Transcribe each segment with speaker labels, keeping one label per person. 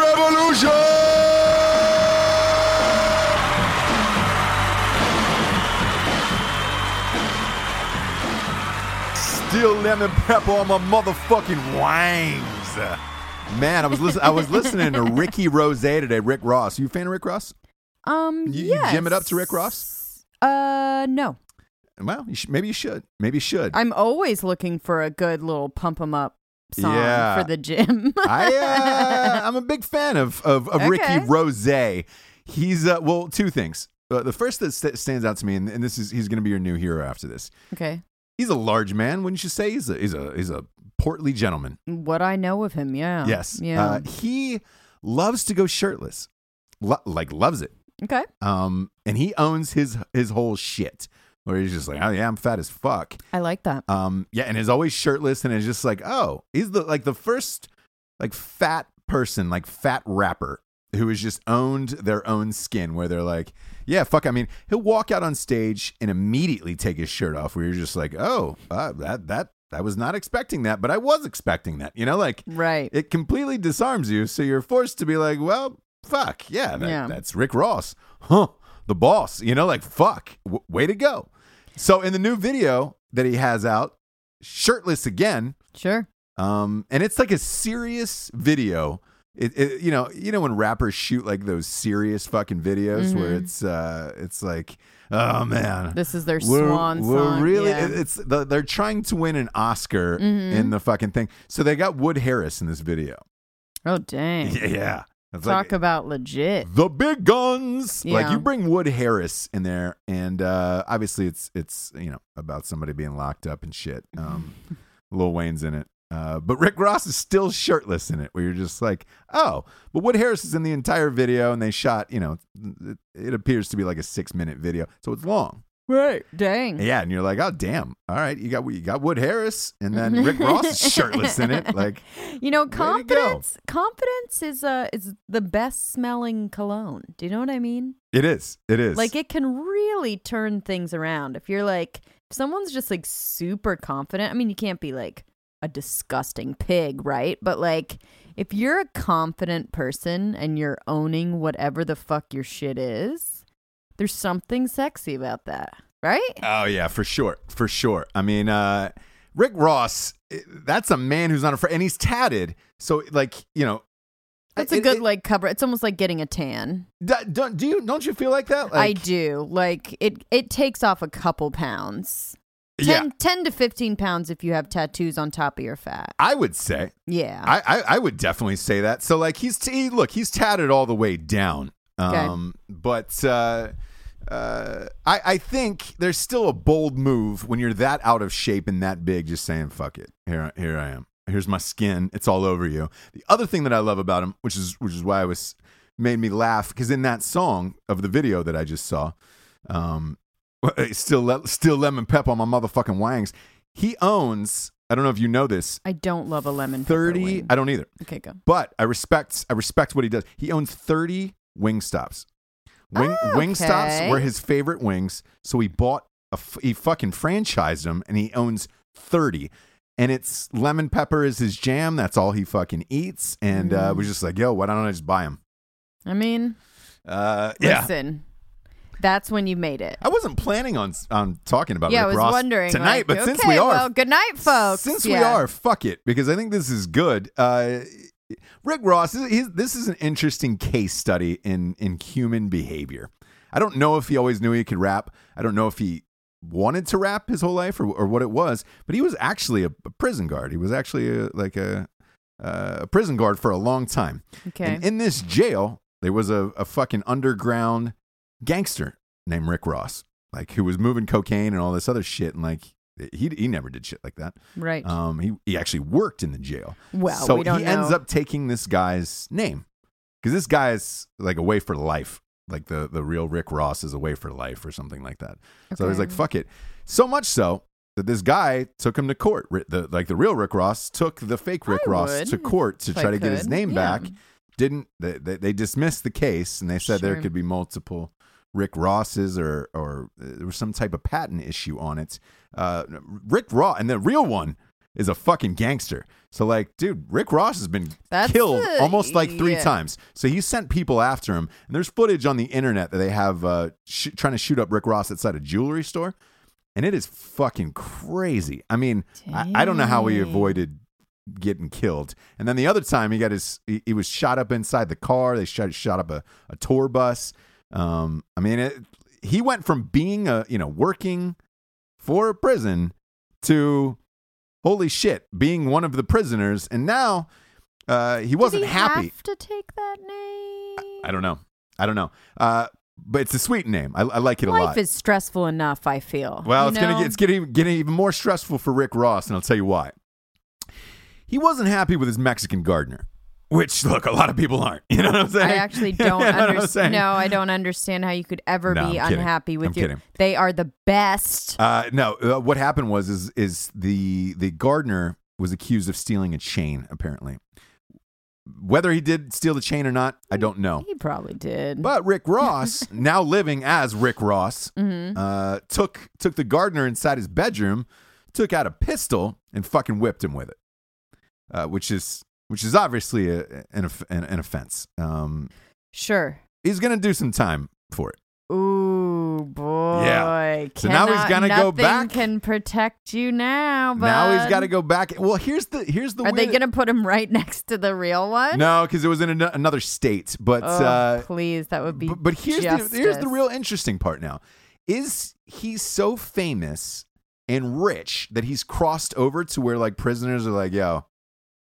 Speaker 1: Revolution! Still lemon pepper on my motherfucking wings. Man, I was listen- I was listening to Ricky Rose today. Rick Ross, you a fan of Rick Ross?
Speaker 2: Um,
Speaker 1: You- you
Speaker 2: yes.
Speaker 1: jam it up to Rick Ross?
Speaker 2: Uh, no.
Speaker 1: Well, you should, maybe you should. Maybe you should.
Speaker 2: I'm always looking for a good little pump 'em up song
Speaker 1: Yeah.
Speaker 2: for the gym.
Speaker 1: I, uh, I'm a big fan of of, of Ricky
Speaker 2: Okay.
Speaker 1: Rose. He's uh, well, two things. Uh, the first that st- stands out to me, and, and this is he's going to be your new hero after this.
Speaker 2: okay.
Speaker 1: He's a large man, wouldn't you say? He's a he's a he's a portly gentleman.
Speaker 2: What I know of him, yeah.
Speaker 1: yes.
Speaker 2: Oh, Yeah.
Speaker 1: Uh, he loves to go shirtless, Lo- like loves it.
Speaker 2: okay.
Speaker 1: Um, and he owns his his whole shit. Where he's just like, oh yeah, I'm fat as fuck.
Speaker 2: I like that.
Speaker 1: Um, yeah, and is always shirtless and is just like, oh, he's the like the first like fat person, like fat rapper who has just owned their own skin where they're like, yeah, fuck. I mean, he'll walk out on stage and immediately take his shirt off where you're just like, oh, uh, that that I was not expecting that, but I was expecting that. You know, like
Speaker 2: Right.
Speaker 1: it completely disarms you, so you're forced to be like, well, fuck, yeah, that,
Speaker 2: Yeah.
Speaker 1: that's Rick Ross, huh? The boss, you know, like fuck, w- way to go. So in the new video that he has out, shirtless again,
Speaker 2: sure.
Speaker 1: um, and it's like a serious video. It, it, you know, you know when rappers shoot like those serious fucking videos where
Speaker 2: Mm-hmm.
Speaker 1: it's uh, it's like, oh man,
Speaker 2: This is their
Speaker 1: we're,
Speaker 2: swan
Speaker 1: we're
Speaker 2: song.
Speaker 1: really
Speaker 2: yeah. Mm-hmm.
Speaker 1: it- it's the, they're trying to win an Oscar in the fucking thing. So they got Wood Harris in this video.
Speaker 2: oh, dang.
Speaker 1: Yeah. It's
Speaker 2: Talk
Speaker 1: like,
Speaker 2: about legit.
Speaker 1: the big guns. Like
Speaker 2: Yeah.
Speaker 1: you bring Wood Harris in there, and uh, obviously it's it's you know about somebody being locked up and shit. Um, Lil Wayne's in it, uh, but Rick Ross is still shirtless in it. Where you're just like, oh, but Wood Harris is in the entire video, and they shot you know it, it appears to be like a six minute video, so it's long.
Speaker 2: Right. Dang.
Speaker 1: Yeah, and you're like, oh damn, all right, you got you got Wood Harris, and then Rick Ross is shirtless in it, like.
Speaker 2: You know,
Speaker 1: to go.
Speaker 2: confidence confidence is uh is the best smelling cologne. Do you know what I mean?
Speaker 1: It is. It is.
Speaker 2: Like it can really turn things around if you're like if someone's just like super confident. I mean, you can't be like a disgusting pig, right? But like if you're a confident person and you're owning whatever the fuck your shit is, there's something sexy about that, right?
Speaker 1: Oh yeah, for sure, for sure. I mean, uh, Rick Ross, i- that's a man who's not afraid, and he's tatted. So like, you know,
Speaker 2: That's
Speaker 1: it-
Speaker 2: a good
Speaker 1: it-
Speaker 2: like cover. It's almost like getting a tan.
Speaker 1: d- Don't do you don't you feel like that? Like,
Speaker 2: I do. Like it it takes off a couple pounds. 10,
Speaker 1: Yeah,
Speaker 2: 10 to 15 pounds if you have tattoos on top of your fat.
Speaker 1: I would say.
Speaker 2: Yeah.
Speaker 1: I, I I would definitely say that. So like, he's t- he, look, he's tatted all the way down. Um, but uh, uh, I I think there's still a bold move when you're that out of shape and that big, just saying fuck it. Here I- here I am. Here's my skin. It's all over you. The other thing that I love about him, which is which is why I was made me laugh because in that song of the video that I just saw, um, still le- still lemon pep on my motherfucking wangs. He owns. I don't know if you know this.
Speaker 2: I don't love a lemon. pepper
Speaker 1: Thirty.
Speaker 2: wing.
Speaker 1: I don't either.
Speaker 2: Okay, go.
Speaker 1: But I respect. I respect what he does. He owns thirty wing stops. Wing
Speaker 2: Oh,
Speaker 1: wing stops
Speaker 2: okay.
Speaker 1: were his favorite wings, so he bought. A f- he fucking franchised them, and he owns thirty. And it's lemon pepper is his jam. That's all he fucking eats. And
Speaker 2: Mm.
Speaker 1: uh, we're just like, yo, why don't I just buy him?
Speaker 2: I mean,
Speaker 1: Uh, yeah.
Speaker 2: listen, that's when you made it.
Speaker 1: I wasn't planning on on talking about
Speaker 2: yeah,
Speaker 1: Rick
Speaker 2: I was
Speaker 1: Ross
Speaker 2: wondering
Speaker 1: tonight,
Speaker 2: like,
Speaker 1: but since
Speaker 2: okay,
Speaker 1: we are,
Speaker 2: well, good night, folks.
Speaker 1: since we
Speaker 2: Yeah.
Speaker 1: are, fuck it, because I think this is good. Uh, Rick Ross, is- he's- this is an interesting case study in in human behavior. I don't know if he always knew he could rap. I don't know if he wanted to rap his whole life or, or what it was, but he was actually a, a prison guard. He was actually a, like a a prison guard for a long time.
Speaker 2: okay.
Speaker 1: And in this jail, there was a, a fucking underground gangster named Rick Ross, like who was moving cocaine and all this other shit. And like, he, he never did shit like that.
Speaker 2: right.
Speaker 1: Um, he, he actually worked in the jail.
Speaker 2: well,
Speaker 1: so
Speaker 2: we don't
Speaker 1: he
Speaker 2: know.
Speaker 1: ends up taking this guy's name because this guy is like away for life. Like the, the real Rick Ross is away for life or something like that. So he's
Speaker 2: Okay.
Speaker 1: like, fuck it. So much so that this guy took him to court. Ri- The, like the real Rick Ross took the fake Rick
Speaker 2: I
Speaker 1: Ross
Speaker 2: would,
Speaker 1: to court to
Speaker 2: if I
Speaker 1: try to get his
Speaker 2: could.
Speaker 1: name
Speaker 2: Yeah.
Speaker 1: back. Didn't they, they, they dismissed the case and they said there
Speaker 2: Sure.
Speaker 1: could be multiple Rick Rosses or or uh, there was some type of patent issue on it. Uh, Rick Ross and the real one is a fucking gangster. So like, dude, Rick Ross has been
Speaker 2: That's
Speaker 1: killed
Speaker 2: a-
Speaker 1: almost like three
Speaker 2: yeah.
Speaker 1: times. So he sent people after him, and there's footage on the internet that they have uh, sh- trying to shoot up Rick Ross outside a jewelry store, and it is fucking crazy. I mean, I, I don't know how he
Speaker 2: Dang.
Speaker 1: avoided getting killed. And then the other time, he got his he, he was shot up inside the car. They shot shot up a, a tour bus. Um, I mean, it, he went from being a you know working for a prison to holy shit being one of the prisoners, and now uh, he wasn't
Speaker 2: Did he
Speaker 1: happy.
Speaker 2: Have to take that name.
Speaker 1: I don't know. I don't know. Uh, but it's a sweet name. I, I like it a
Speaker 2: Life
Speaker 1: lot.
Speaker 2: is stressful enough. I feel.
Speaker 1: well,
Speaker 2: you
Speaker 1: it's gonna
Speaker 2: know?
Speaker 1: get, it's getting getting even more stressful for Rick Ross, and I'll tell you why. He wasn't happy with his Mexican gardener, which look a lot of people aren't. You know what I'm saying?
Speaker 2: I actually
Speaker 1: You know
Speaker 2: don't
Speaker 1: what I'm saying?
Speaker 2: understand. No, I don't understand how you could ever
Speaker 1: No,
Speaker 2: be
Speaker 1: I'm kidding.
Speaker 2: unhappy with
Speaker 1: I'm
Speaker 2: your.
Speaker 1: kidding.
Speaker 2: They are the best.
Speaker 1: Uh, no, uh, what happened was is is the the gardener was accused of stealing a chain. Apparently, whether he did steal the chain or not, I don't know.
Speaker 2: He probably did.
Speaker 1: But Rick Ross, now living as Rick Ross,
Speaker 2: Mhm.
Speaker 1: uh, took took the gardener inside his bedroom, took out a pistol, and fucking whipped him with it, uh, which is which is obviously a, an, off- an an offense. Um,
Speaker 2: sure.
Speaker 1: he's gonna do some time for it.
Speaker 2: Ooh boy.
Speaker 1: So now he's
Speaker 2: Cannot-
Speaker 1: gotta go
Speaker 2: nothing
Speaker 1: back.
Speaker 2: Can protect you now, but
Speaker 1: Now he's got to go back. Well, here's the here's the.
Speaker 2: Are they
Speaker 1: weird-
Speaker 2: gonna put him right next to the real one?
Speaker 1: No, because it was in an- another state. But
Speaker 2: Oh,
Speaker 1: uh,
Speaker 2: please, that would be.
Speaker 1: but, but here's the here's
Speaker 2: justice.
Speaker 1: the real interesting part now is he's so famous and rich that he's crossed over to where like prisoners are like yo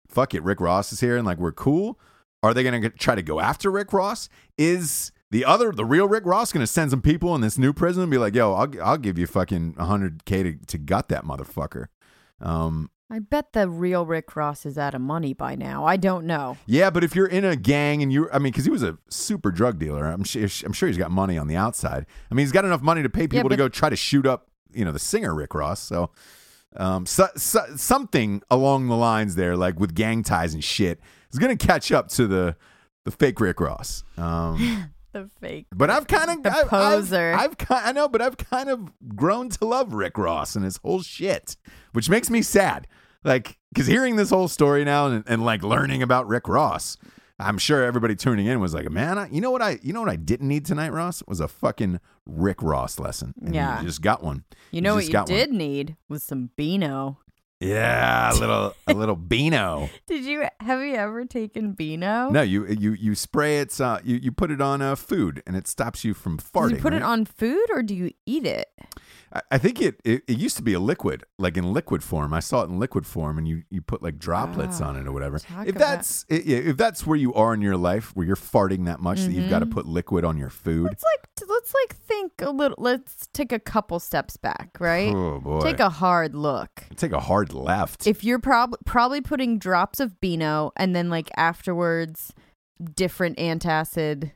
Speaker 1: fuck it rick ross is here and like we're cool are they gonna get- try to go after rick ross is the other the real rick ross gonna send some people in this new prison and be like yo i'll, I'll give you fucking 100k to, to gut that motherfucker um
Speaker 2: I bet the real Rick Ross is out of money by now. I don't know.
Speaker 1: yeah, but if you're in a gang and you, I mean, because he was a super drug dealer, I'm sure, I'm sure he's got money on the outside. I mean, he's got enough money to pay people to
Speaker 2: but-
Speaker 1: go try to shoot up, you know, the singer Rick Ross. So, um, so, so, something along the lines there, like with gang ties and shit, is gonna catch up to the the fake Rick Ross. Um,
Speaker 2: The fake.
Speaker 1: but I've kind of
Speaker 2: The
Speaker 1: I've,
Speaker 2: poser.
Speaker 1: I've, I've ki- I know, but I've kind of grown to love Rick Ross and his whole shit, which makes me sad. Like, because hearing this whole story now and, and like learning about Rick Ross, I'm sure everybody tuning in was like, "Man, I, you know what I you know what I didn't need tonight, Ross was a fucking Rick Ross lesson. And
Speaker 2: Yeah.
Speaker 1: you just got one.
Speaker 2: You know what
Speaker 1: just
Speaker 2: you
Speaker 1: got one.
Speaker 2: did need was some Beano.
Speaker 1: Yeah, a little a little Beano.
Speaker 2: Did you have you ever taken Beano?
Speaker 1: No, you you you spray it. Uh, you you put it on uh, food and it stops you from farting.
Speaker 2: Do you put
Speaker 1: right?
Speaker 2: it on food or do you eat it?
Speaker 1: I- I think it, it it used to be a liquid, like in liquid form. I saw it in liquid form, and you you put like droplets
Speaker 2: Ah,
Speaker 1: on it or whatever.
Speaker 2: talk
Speaker 1: If
Speaker 2: about-
Speaker 1: that's i- i- if that's where you are in your life, where you're farting that much that you've got to
Speaker 2: Mm-hmm.
Speaker 1: put liquid on your food.
Speaker 2: Let's like t- let's like think a little. Let's take a couple steps back, right?
Speaker 1: Oh boy,
Speaker 2: Take a hard look.
Speaker 1: take a hard left.
Speaker 2: If you're probably probably putting drops of Beano and then like afterwards different antacid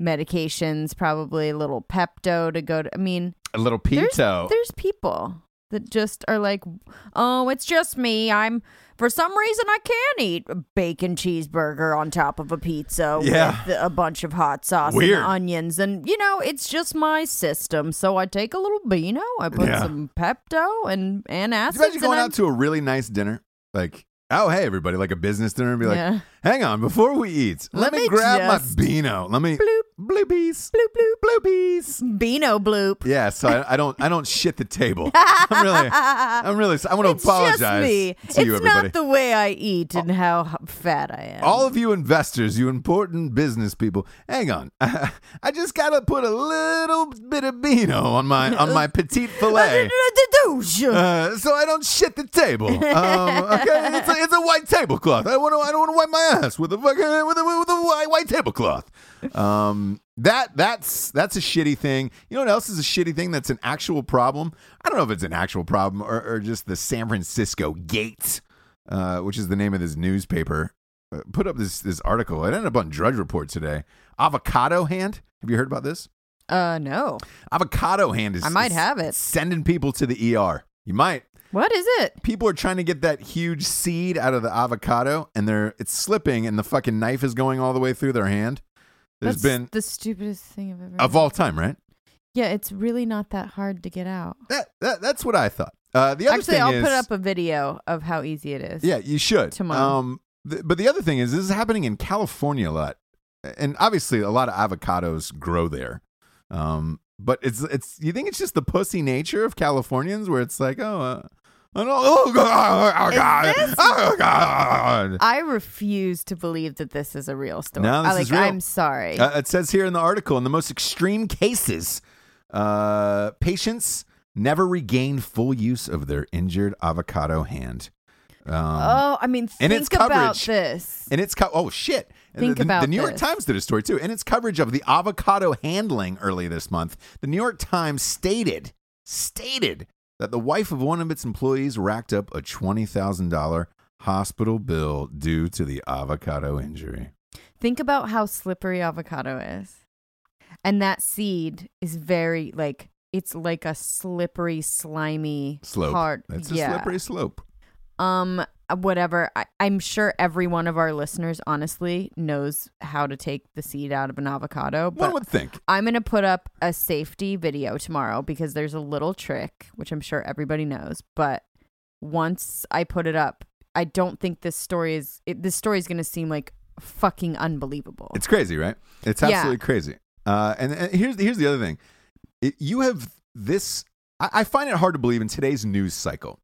Speaker 2: medications, probably a little Pepto to go to. I mean,
Speaker 1: A little
Speaker 2: there's,
Speaker 1: pito.
Speaker 2: there's people that just are like, oh, it's just me. I'm, for some reason, I can't eat a bacon cheeseburger on top of a pizza
Speaker 1: Yeah.
Speaker 2: with a bunch of hot sauce
Speaker 1: Weird.
Speaker 2: and onions. And, you know, it's just my system. So I take a little Beano, I put
Speaker 1: Yeah.
Speaker 2: some Pepto and antacids.
Speaker 1: Could you imagine
Speaker 2: and
Speaker 1: going
Speaker 2: I'm-
Speaker 1: out to a really nice dinner, like, oh hey everybody, like a business dinner, and be like,
Speaker 2: Yeah.
Speaker 1: hang on, before we eat, let,
Speaker 2: Let
Speaker 1: me
Speaker 2: me
Speaker 1: grab
Speaker 2: just-
Speaker 1: my beano. Let me
Speaker 2: Bloop.
Speaker 1: bloopies,
Speaker 2: Bloop, bloop.
Speaker 1: bloopies.
Speaker 2: Beano bloop.
Speaker 1: Yeah, so I, I don't, I don't shit the table. I'm really, I'm really, I want to
Speaker 2: It's
Speaker 1: apologize
Speaker 2: just me.
Speaker 1: to
Speaker 2: it's
Speaker 1: you, everybody.
Speaker 2: not the way I eat and how h- fat I am.
Speaker 1: All of you investors, you important business people, hang on. I just gotta put a little bit of beano on my on my petite fillet. Uh, so I don't shit the table. Um, okay, it's a, it's a white tablecloth. I want to I don't want to wipe my ass with a fucking with a with a white, white tablecloth. Um, that that's that's a shitty thing. You know what else is a shitty thing? That's an actual problem. I don't know if it's an actual problem or, or just the San Francisco Gate, uh, which is the name of this newspaper. Uh, put up this this article. It ended up on Drudge Report today. Avocado hand. Have you heard about this?
Speaker 2: Uh, no.
Speaker 1: Avocado hand is
Speaker 2: I might
Speaker 1: is
Speaker 2: have it.
Speaker 1: Sending people to the ER. You might
Speaker 2: What is it?
Speaker 1: people are trying to get that huge seed out of the avocado and they're it's slipping and the fucking knife is going all the way through their hand There's
Speaker 2: That's
Speaker 1: been
Speaker 2: the stupidest thing I've ever.
Speaker 1: of all time right
Speaker 2: yeah, it's really not that hard to get out.
Speaker 1: that, that that's what i thought uh the other
Speaker 2: Actually,
Speaker 1: thing
Speaker 2: I'll
Speaker 1: is,
Speaker 2: put up a video of how easy it is.
Speaker 1: yeah you should
Speaker 2: tomorrow.
Speaker 1: um th- but the other thing is this is happening in california a lot and obviously a lot of avocados grow there um but it's it's you think it's just the pussy nature of californians where it's like oh uh, I don't- oh god, oh god,
Speaker 2: Is this-
Speaker 1: oh god.
Speaker 2: I refuse to believe that this is a real story.
Speaker 1: No, this
Speaker 2: I, like,
Speaker 1: is real.
Speaker 2: I'm sorry.
Speaker 1: Uh, it says here in the article, in the most extreme cases, uh, patients never regain full use of their injured avocado hand. Um,
Speaker 2: oh, I mean,
Speaker 1: and
Speaker 2: think
Speaker 1: it's
Speaker 2: about
Speaker 1: coverage.
Speaker 2: this.
Speaker 1: and it's co- oh shit. And
Speaker 2: Think
Speaker 1: the, the-
Speaker 2: about
Speaker 1: the New York
Speaker 2: this.
Speaker 1: Times did a story too, and its coverage of the avocado handling early this month. The New York Times stated stated that the wife of one of its employees racked up a twenty thousand dollar hospital bill due to the avocado injury.
Speaker 2: Think about how slippery avocado is. And that seed is very like it's like a slippery, slimy
Speaker 1: Slope.
Speaker 2: hard.
Speaker 1: That's a
Speaker 2: yeah.
Speaker 1: slippery slope.
Speaker 2: Um whatever. I, I'm sure every one of our listeners honestly knows how to take the seed out of an avocado. But
Speaker 1: One would think.
Speaker 2: I'm gonna put up a safety video tomorrow because there's a little trick, which I'm sure everybody knows, but once I put it up, I don't think this story is it, this story is gonna seem like fucking unbelievable.
Speaker 1: It's crazy, right? It's
Speaker 2: Yeah.
Speaker 1: absolutely crazy. Uh, and, and here's here's the other thing. It, you have this. I, I find it hard to believe in today's news cycle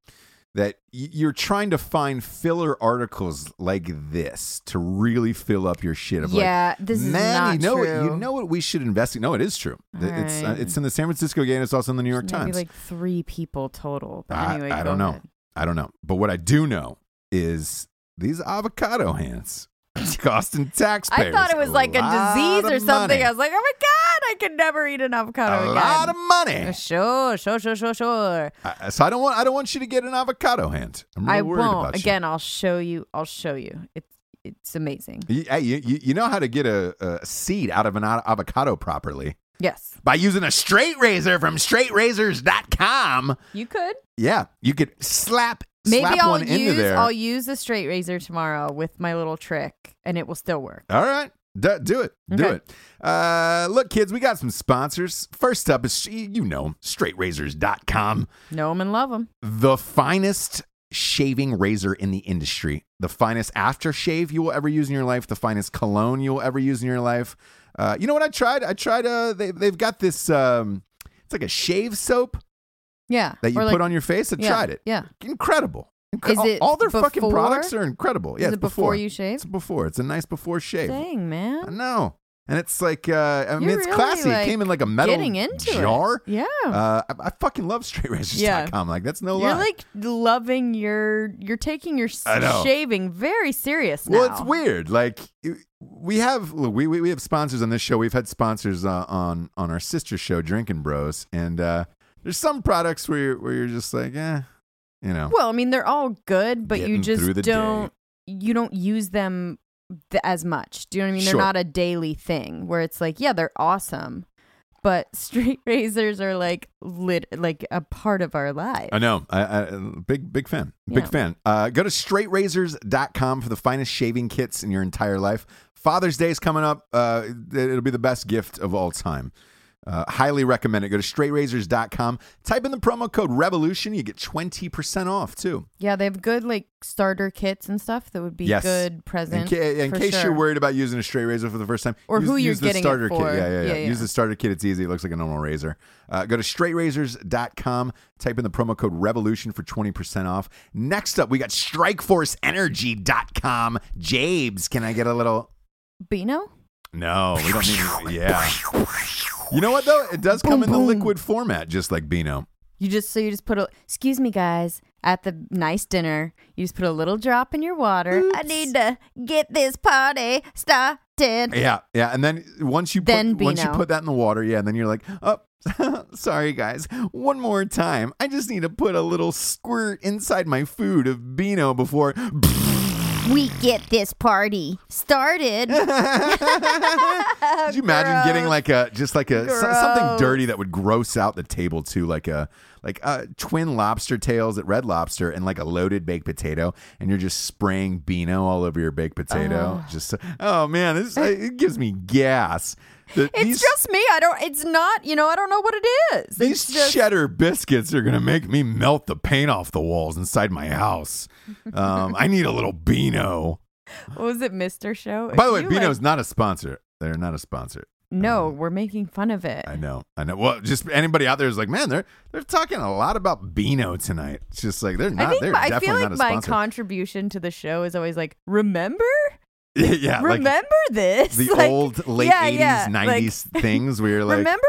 Speaker 1: that y- you're trying to find filler articles like this to really fill up your shit. Of
Speaker 2: yeah,
Speaker 1: like,
Speaker 2: this is
Speaker 1: man,
Speaker 2: not
Speaker 1: you know what-
Speaker 2: true.
Speaker 1: you know what we should invest in. No, it is true.
Speaker 2: All
Speaker 1: Th- it's uh,
Speaker 2: right.
Speaker 1: it's in the San Francisco Gate. It's also in the New York
Speaker 2: Maybe
Speaker 1: Times.
Speaker 2: like three people total. But
Speaker 1: I-
Speaker 2: anyway,
Speaker 1: I
Speaker 2: go
Speaker 1: don't know.
Speaker 2: ahead.
Speaker 1: I don't know, but what I do know is these avocado hands costing taxpayers.
Speaker 2: I thought it was like a
Speaker 1: lot
Speaker 2: disease or
Speaker 1: of
Speaker 2: something.
Speaker 1: money.
Speaker 2: I was like, oh my god, I could never eat an avocado
Speaker 1: a
Speaker 2: again. Uh,
Speaker 1: lot of money.
Speaker 2: Sure, sure, sure, sure, sure.
Speaker 1: I- so I don't want I don't want you to get an avocado hand. I'm really
Speaker 2: I
Speaker 1: worried
Speaker 2: won't.
Speaker 1: about you.
Speaker 2: Again, I'll show you. I'll show you. It's it's amazing.
Speaker 1: You, hey, you, you you know how to get a, a seed out of an a- avocado properly
Speaker 2: Yes,
Speaker 1: by using a straight razor from straightrazors.com.
Speaker 2: you could.
Speaker 1: Yeah, you could slap
Speaker 2: Maybe
Speaker 1: slap
Speaker 2: I'll
Speaker 1: one into
Speaker 2: use
Speaker 1: there.
Speaker 2: I'll use a straight razor tomorrow with my little trick, and it will still work.
Speaker 1: All right. Do, do it. Do
Speaker 2: Okay.
Speaker 1: it. Uh, look, kids, we got some sponsors. First up is, you know, 'em, straightrazors.com.
Speaker 2: Know 'em and love 'em.
Speaker 1: the finest shaving razor in the industry, the finest aftershave you will ever use in your life, the finest cologne you will ever use in your life. Uh, you know what I tried? I tried. Uh, they they've got this. Um, it's like a shave soap
Speaker 2: Yeah.
Speaker 1: that you
Speaker 2: Or,
Speaker 1: put
Speaker 2: like,
Speaker 1: on your face. I
Speaker 2: yeah,
Speaker 1: tried it.
Speaker 2: Yeah.
Speaker 1: Incredible. Incre-
Speaker 2: Is
Speaker 1: all-
Speaker 2: it
Speaker 1: all their fucking
Speaker 2: before?
Speaker 1: products are incredible. Yeah,
Speaker 2: Is
Speaker 1: it's
Speaker 2: it before you shave?
Speaker 1: It's before. It's a nice before shave.
Speaker 2: Dang man.
Speaker 1: I know. And it's like, uh, I mean,
Speaker 2: You're
Speaker 1: it's
Speaker 2: really,
Speaker 1: classy. it
Speaker 2: like,
Speaker 1: came in like a metal
Speaker 2: getting into it.
Speaker 1: jar.
Speaker 2: Yeah.
Speaker 1: Uh, I, I fucking love straightrazors.com.
Speaker 2: Yeah.
Speaker 1: Like, that's no
Speaker 2: You're
Speaker 1: lie.
Speaker 2: like loving your. You're taking your s-
Speaker 1: I know.
Speaker 2: shaving very serious now.
Speaker 1: Well, it's weird. Like it- we have look, we, we we have sponsors on this show. We've had sponsors uh, on on our sister show, Drinking Bros, and uh, there's some products where you're, where you're just like, eh, you know,
Speaker 2: Well, I mean, they're all good, but you
Speaker 1: Getting through
Speaker 2: just
Speaker 1: the
Speaker 2: don't. You don't use them th- as much. Do you know what I mean?
Speaker 1: Sure.
Speaker 2: They're not a daily thing where it's like, yeah, they're awesome, but straight razors are like lit, like a part of our life.
Speaker 1: I know. I, I big big fan. Big
Speaker 2: Yeah.
Speaker 1: fan. Uh, go to straightrazors.com for the finest shaving kits in your entire life. Father's Day is coming up. Uh, it- it'll be the best gift of all time. Uh, highly recommend it. Go to straightrazors.com. Type in the promo code revolution. You get 20% off too.
Speaker 2: yeah, they have good like starter kits and stuff that would be
Speaker 1: Yes.
Speaker 2: good
Speaker 1: In,
Speaker 2: present.
Speaker 1: ca- in
Speaker 2: for
Speaker 1: case
Speaker 2: sure.
Speaker 1: you're worried about using a straight razor for the first time,
Speaker 2: Or
Speaker 1: use,
Speaker 2: who you're
Speaker 1: use
Speaker 2: getting
Speaker 1: the
Speaker 2: it
Speaker 1: starter kit.
Speaker 2: for.
Speaker 1: Yeah, yeah, yeah,
Speaker 2: Yeah, yeah.
Speaker 1: Use the starter kit. It's easy. It looks like a normal razor. Uh, go to straightrazors.com. Type in the promo code revolution for 20% off. Next up, we got strikeforceenergy.com. Jabes, can I get a little?
Speaker 2: Beano?
Speaker 1: No, we don't need. Yeah. You know what though? It does come
Speaker 2: Boom,
Speaker 1: in the
Speaker 2: boom.
Speaker 1: liquid format, just like Beano.
Speaker 2: You just so you just put a excuse me guys at the nice dinner. You just put a little drop in your water. I need to get this party started.
Speaker 1: Yeah, yeah. And then once you put,
Speaker 2: Then
Speaker 1: once you
Speaker 2: Beano.
Speaker 1: put that in the water, yeah, and then you're like, oh, sorry guys, one more time. I just need to put a little squirt inside my food of Beano before.
Speaker 2: We get this party started.
Speaker 1: Could you imagine getting like a just like a so- something
Speaker 2: Oh, Gross.
Speaker 1: dirty that would gross out the table too, like a like uh twin lobster tails at Red Lobster and like a loaded baked potato, and you're just spraying Beano all over your baked potato. Just so- oh man, this it gives me gas. The-
Speaker 2: It's
Speaker 1: these-
Speaker 2: just me. I don't. It's not. You know. I don't know what it is.
Speaker 1: These
Speaker 2: It's just,
Speaker 1: cheddar biscuits are gonna make me melt the paint off the walls inside my house. Um, I need a little Beano.
Speaker 2: what was it, Mister Show?
Speaker 1: By the way,
Speaker 2: You,
Speaker 1: Beano's
Speaker 2: like-
Speaker 1: not a sponsor. They're not a sponsor.
Speaker 2: no, we're making fun of it.
Speaker 1: I know, I know. Well, just anybody out there is like, man, they're they're talking a lot about Beano tonight. It's just like they're
Speaker 2: I
Speaker 1: not.
Speaker 2: think.
Speaker 1: they're
Speaker 2: my- I
Speaker 1: definitely
Speaker 2: feel
Speaker 1: not a
Speaker 2: like my
Speaker 1: sponsor.
Speaker 2: contribution to the show is always like, remember,
Speaker 1: yeah, like
Speaker 2: remember this,
Speaker 1: the
Speaker 2: Like,
Speaker 1: old late
Speaker 2: yeah,
Speaker 1: '80s,
Speaker 2: yeah, like,
Speaker 1: '90s things where you're like,
Speaker 2: remember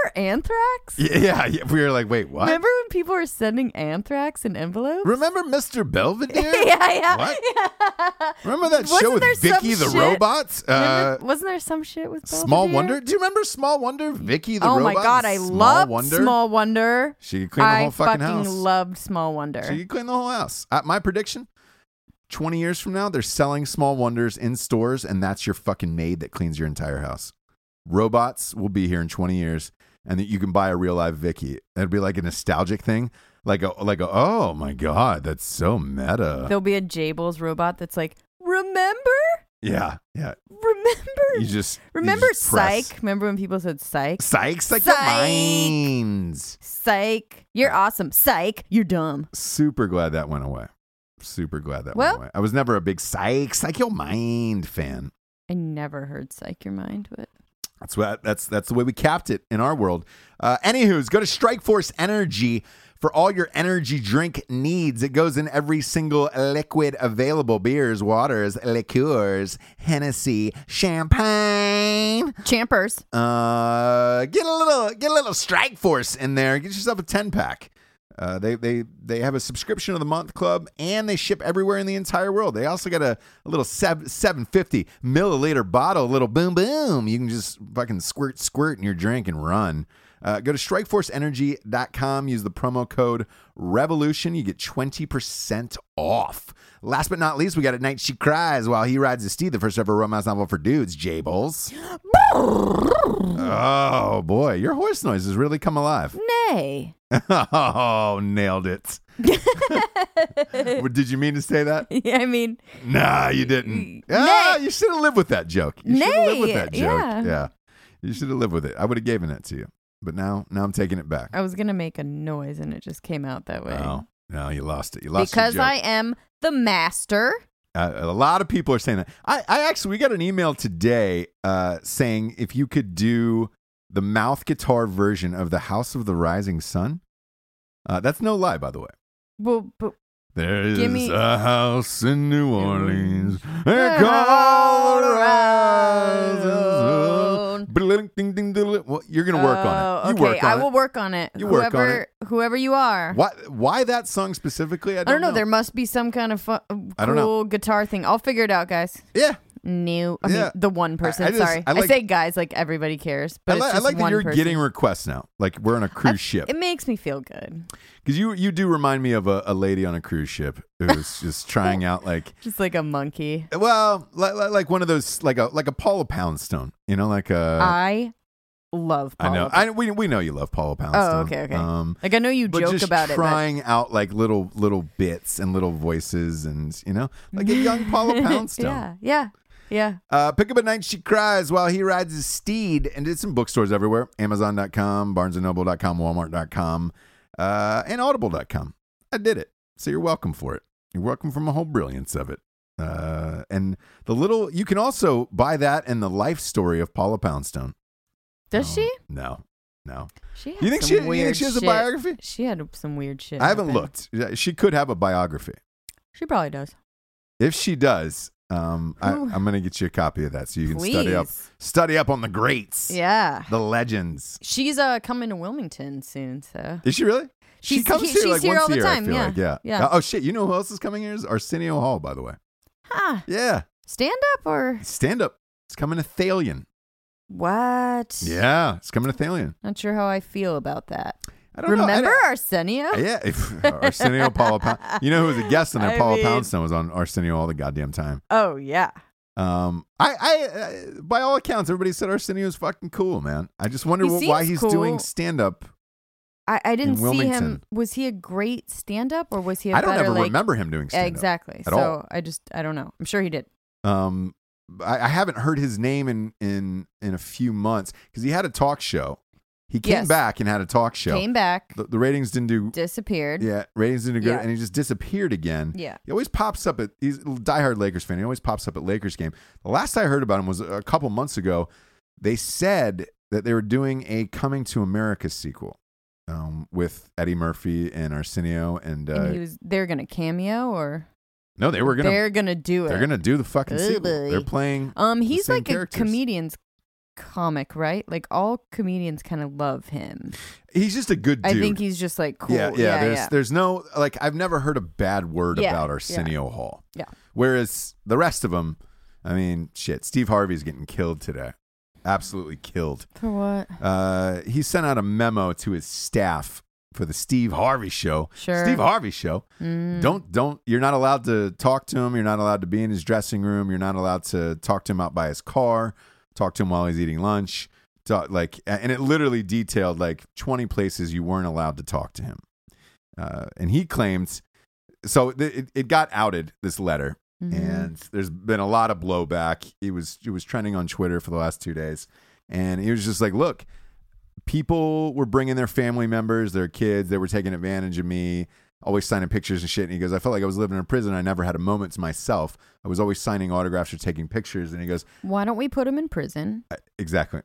Speaker 2: anthrax?
Speaker 1: yeah, yeah, yeah. We were like, wait, what?
Speaker 2: Remember when people were sending anthrax in envelopes?
Speaker 1: Remember Mr. Belvedere?
Speaker 2: yeah, yeah.
Speaker 1: What?
Speaker 2: yeah.
Speaker 1: Remember that show
Speaker 2: Wasn't
Speaker 1: with
Speaker 2: there some
Speaker 1: Vicky the
Speaker 2: shit?
Speaker 1: Robot? Uh,
Speaker 2: Remember- wasn't there some shit with
Speaker 1: Small
Speaker 2: Belvedere?
Speaker 1: Wonder. Do you remember Small Wonder? Vicky the
Speaker 2: oh
Speaker 1: robot.
Speaker 2: my god,
Speaker 1: and
Speaker 2: I
Speaker 1: Small
Speaker 2: loved
Speaker 1: Wonder.
Speaker 2: Small Wonder.
Speaker 1: She could clean the
Speaker 2: I
Speaker 1: whole fucking, house.
Speaker 2: loved Small Wonder.
Speaker 1: she could clean the whole house. Uh, my prediction: twenty years from now, they're selling Small Wonders in stores, and that's your fucking maid that cleans your entire house. Robots will be here in twenty years, and that you can buy a real live Vicky. That'd be like a nostalgic thing, like a like a oh my god, that's so meta.
Speaker 2: There'll be a Jables robot that's like, remember,
Speaker 1: yeah, yeah.
Speaker 2: remember,
Speaker 1: You just you
Speaker 2: remember
Speaker 1: just press.
Speaker 2: Psych. Remember when people said Psych,
Speaker 1: Psych's like
Speaker 2: Psych.
Speaker 1: the minds.
Speaker 2: Psych, you're awesome, Psych, you're dumb.
Speaker 1: Super glad that went away. Super glad that
Speaker 2: Well-
Speaker 1: went away. I was never a big Psych, Psych Your Mind fan.
Speaker 2: I never heard Psych Your Mind, but
Speaker 1: That's what that's that's the way we capped it in our world. Uh, anywho's, go to Strikeforce Energy for all your energy drink needs. It goes in every single liquid available: beers, waters, liqueurs, Hennessy, champagne.
Speaker 2: Champers,
Speaker 1: Uh, get a little get a little Strike Force in there. Get yourself a ten pack. Uh, they they they have a subscription of the month club, and they ship everywhere in the entire world. They also got a, a little seven seven fifty milliliter bottle, little boom boom. You can just fucking squirt squirt in your drink and run. Uh, go to strikeforceenergy.com. Use the promo code revolution. You get 20% off. Last but not least, we got At Night She Cries While He Rides His Steed, the first ever romance novel for dudes, J Bowles. Oh boy, your horse noise has really come alive.
Speaker 2: nay,
Speaker 1: oh, nailed it. What, Did you mean to say that?
Speaker 2: I mean,
Speaker 1: Nah, you didn't.
Speaker 2: Nay.
Speaker 1: Ah, you should have lived with that joke. You should have lived with
Speaker 2: Nay,
Speaker 1: that joke.
Speaker 2: yeah.
Speaker 1: You should have lived with it. I would have given it to you. But now now I'm taking it back.
Speaker 2: I was gonna make a noise and it just came out that way
Speaker 1: No, no, you lost it. You lost your
Speaker 2: because
Speaker 1: joke.
Speaker 2: I am the master.
Speaker 1: Uh, a lot of people are saying that. I, I actually, we got an email today uh, saying if you could do the mouth guitar version of the House of the Rising Sun. Uh, that's no lie, by the way.
Speaker 2: Well, but
Speaker 1: There is
Speaker 2: Give me-
Speaker 1: a house in New Orleans. They call the Rising Sun.
Speaker 2: Colorado.
Speaker 1: Bling-ding-ding-ding. Well, you're gonna work on it.
Speaker 2: Oh,
Speaker 1: You
Speaker 2: okay,
Speaker 1: work on
Speaker 2: I will
Speaker 1: it.
Speaker 2: work on it.
Speaker 1: You
Speaker 2: whoever,
Speaker 1: work on
Speaker 2: Whoever you are.
Speaker 1: Why? Why that song specifically? I
Speaker 2: I
Speaker 1: don't,
Speaker 2: don't know. There must be some kind of fu- uh,
Speaker 1: I don't know.
Speaker 2: cool guitar thing. I'll figure it out, guys.
Speaker 1: Yeah,
Speaker 2: new. I
Speaker 1: Yeah.
Speaker 2: mean, the one person.
Speaker 1: I just-
Speaker 2: sorry,
Speaker 1: I
Speaker 2: I,
Speaker 1: like-
Speaker 2: say guys like everybody cares, but
Speaker 1: I, li-
Speaker 2: it's
Speaker 1: I
Speaker 2: just
Speaker 1: like that
Speaker 2: one
Speaker 1: you're
Speaker 2: person.
Speaker 1: getting requests now. Like we're on a cruise ship
Speaker 2: It makes me feel good.
Speaker 1: because you you do remind me of a, a lady on a cruise ship who's just trying out like
Speaker 2: Just like a monkey.
Speaker 1: well like, like one of those like a like a Paula Poundstone. You know, like a
Speaker 2: I love.
Speaker 1: Uh, I
Speaker 2: Ah, Paula. Oh,
Speaker 1: know I we we know you love Paula Poundstone.
Speaker 2: okay, okay.
Speaker 1: Um,
Speaker 2: Like I know you
Speaker 1: but
Speaker 2: joke
Speaker 1: just
Speaker 2: about it.
Speaker 1: trying out like little little bits and little voices and you know like a young Paula
Speaker 2: but-
Speaker 1: Poundstone.
Speaker 2: yeah, yeah, yeah.
Speaker 1: Uh, pick up at night she cries while he rides his steed, and it's in bookstores everywhere: Amazon.com, BarnesandNoble.com, Walmart.com, uh, and Audible.com. I did it, so you're welcome for it. You're welcome from the whole brilliance of it. Uh, and the little you can also buy that and the life story of Paula Poundstone.
Speaker 2: Does
Speaker 1: No,
Speaker 2: she?
Speaker 1: No, no.
Speaker 2: She. Had
Speaker 1: You think
Speaker 2: some
Speaker 1: she? You
Speaker 2: weird
Speaker 1: think she has
Speaker 2: shit.
Speaker 1: a biography?
Speaker 2: She had some weird shit.
Speaker 1: I haven't
Speaker 2: happen.
Speaker 1: looked. She could have a biography.
Speaker 2: She probably does.
Speaker 1: If she does, um, I,
Speaker 2: Ooh.
Speaker 1: I'm going to get you a copy of that so you can study up.
Speaker 2: Please.
Speaker 1: Study up on the greats.
Speaker 2: Yeah.
Speaker 1: The legends.
Speaker 2: She's uh coming to Wilmington soon, so
Speaker 1: Is she really? she
Speaker 2: She's-
Speaker 1: comes
Speaker 2: he-
Speaker 1: here
Speaker 2: she's
Speaker 1: like
Speaker 2: here
Speaker 1: once
Speaker 2: all
Speaker 1: a
Speaker 2: the
Speaker 1: year.
Speaker 2: time,
Speaker 1: I feel
Speaker 2: yeah,
Speaker 1: like. Yeah.
Speaker 2: yeah.
Speaker 1: Uh, Oh shit! You know who else is coming here? Is Arsenio Hall, by the way.
Speaker 2: ah,
Speaker 1: Yeah.
Speaker 2: stand up or
Speaker 1: Stand up. It's coming to Thalion.
Speaker 2: what?
Speaker 1: Yeah, it's coming to Thalion.
Speaker 2: Not sure how I feel about that.
Speaker 1: I don't know. I
Speaker 2: Remember
Speaker 1: don't-
Speaker 2: Arsenio?
Speaker 1: Yeah, if- Arsenio Paula. Pound. You know who was a guest on there?
Speaker 2: I
Speaker 1: Paula
Speaker 2: mean-
Speaker 1: Poundstone was on Arsenio all the goddamn time.
Speaker 2: Oh yeah.
Speaker 1: Um, I, I, uh, by all accounts, everybody said Arsenio's fucking cool, man. I just wonder
Speaker 2: He
Speaker 1: wh- why
Speaker 2: seems
Speaker 1: he's
Speaker 2: cool.
Speaker 1: doing stand up.
Speaker 2: I, I didn't
Speaker 1: In
Speaker 2: see him.
Speaker 1: Wilmington.
Speaker 2: Was he a great stand up or was he a
Speaker 1: I don't
Speaker 2: better
Speaker 1: ever
Speaker 2: like
Speaker 1: remember him doing stand up.
Speaker 2: Exactly.
Speaker 1: at
Speaker 2: so
Speaker 1: all.
Speaker 2: I just I don't know. I'm sure he did.
Speaker 1: Um, I, I haven't heard his name in in in a few months because he had a talk show. He came
Speaker 2: Yes.
Speaker 1: back and had a talk show.
Speaker 2: Came back,
Speaker 1: the, the ratings didn't do.
Speaker 2: disappeared.
Speaker 1: Yeah, ratings didn't do good,
Speaker 2: Yeah.
Speaker 1: and he just disappeared again.
Speaker 2: Yeah.
Speaker 1: He always pops up at. He's a diehard Lakers fan. He always pops up at Lakers game. The last I heard about him was a couple months ago. They said that they were doing a Coming to America sequel um, with Eddie Murphy and Arsenio, and, uh,
Speaker 2: and he was they're gonna cameo or
Speaker 1: no, they were gonna
Speaker 2: they're gonna do it.
Speaker 1: they're gonna do the fucking
Speaker 2: Oh,
Speaker 1: sequel.
Speaker 2: boy.
Speaker 1: They're playing.
Speaker 2: Um,
Speaker 1: the
Speaker 2: he's
Speaker 1: same
Speaker 2: like
Speaker 1: characters.
Speaker 2: a comedian's comic, right? Like all comedians kind of love him.
Speaker 1: He's just a good dude.
Speaker 2: I think he's just like cool.
Speaker 1: Yeah, yeah. there's
Speaker 2: yeah.
Speaker 1: there's no like I've never heard a bad word
Speaker 2: Yeah,
Speaker 1: about
Speaker 2: yeah.
Speaker 1: Arsenio Hall.
Speaker 2: Yeah.
Speaker 1: Whereas the rest of them, I mean, shit. Steve Harvey's getting killed today. Absolutely killed.
Speaker 2: For what?
Speaker 1: Uh, he sent out a memo to his staff for the Steve Harvey show.
Speaker 2: Sure.
Speaker 1: Steve Harvey show. Don't don't. You're not allowed to talk to him. You're not allowed to be in his dressing room. You're not allowed to talk to him out by his car. Talk to him while he's eating lunch. Talk, like, and it literally detailed like 20 places you weren't allowed to talk to him. Uh, and he claimed. So th- it, it got outed this letter,
Speaker 2: Mm-hmm.
Speaker 1: and there's been a lot of blowback. It was it was trending on Twitter for the last two days, and it was just like, look, people were bringing their family members, their kids, they were taking advantage of me, always signing pictures and shit. And he goes, I felt like I was living in a prison. I never had a moment to myself. I was always signing autographs or taking pictures. And he goes,
Speaker 2: Why don't we put him in prison?
Speaker 1: "I- Exactly.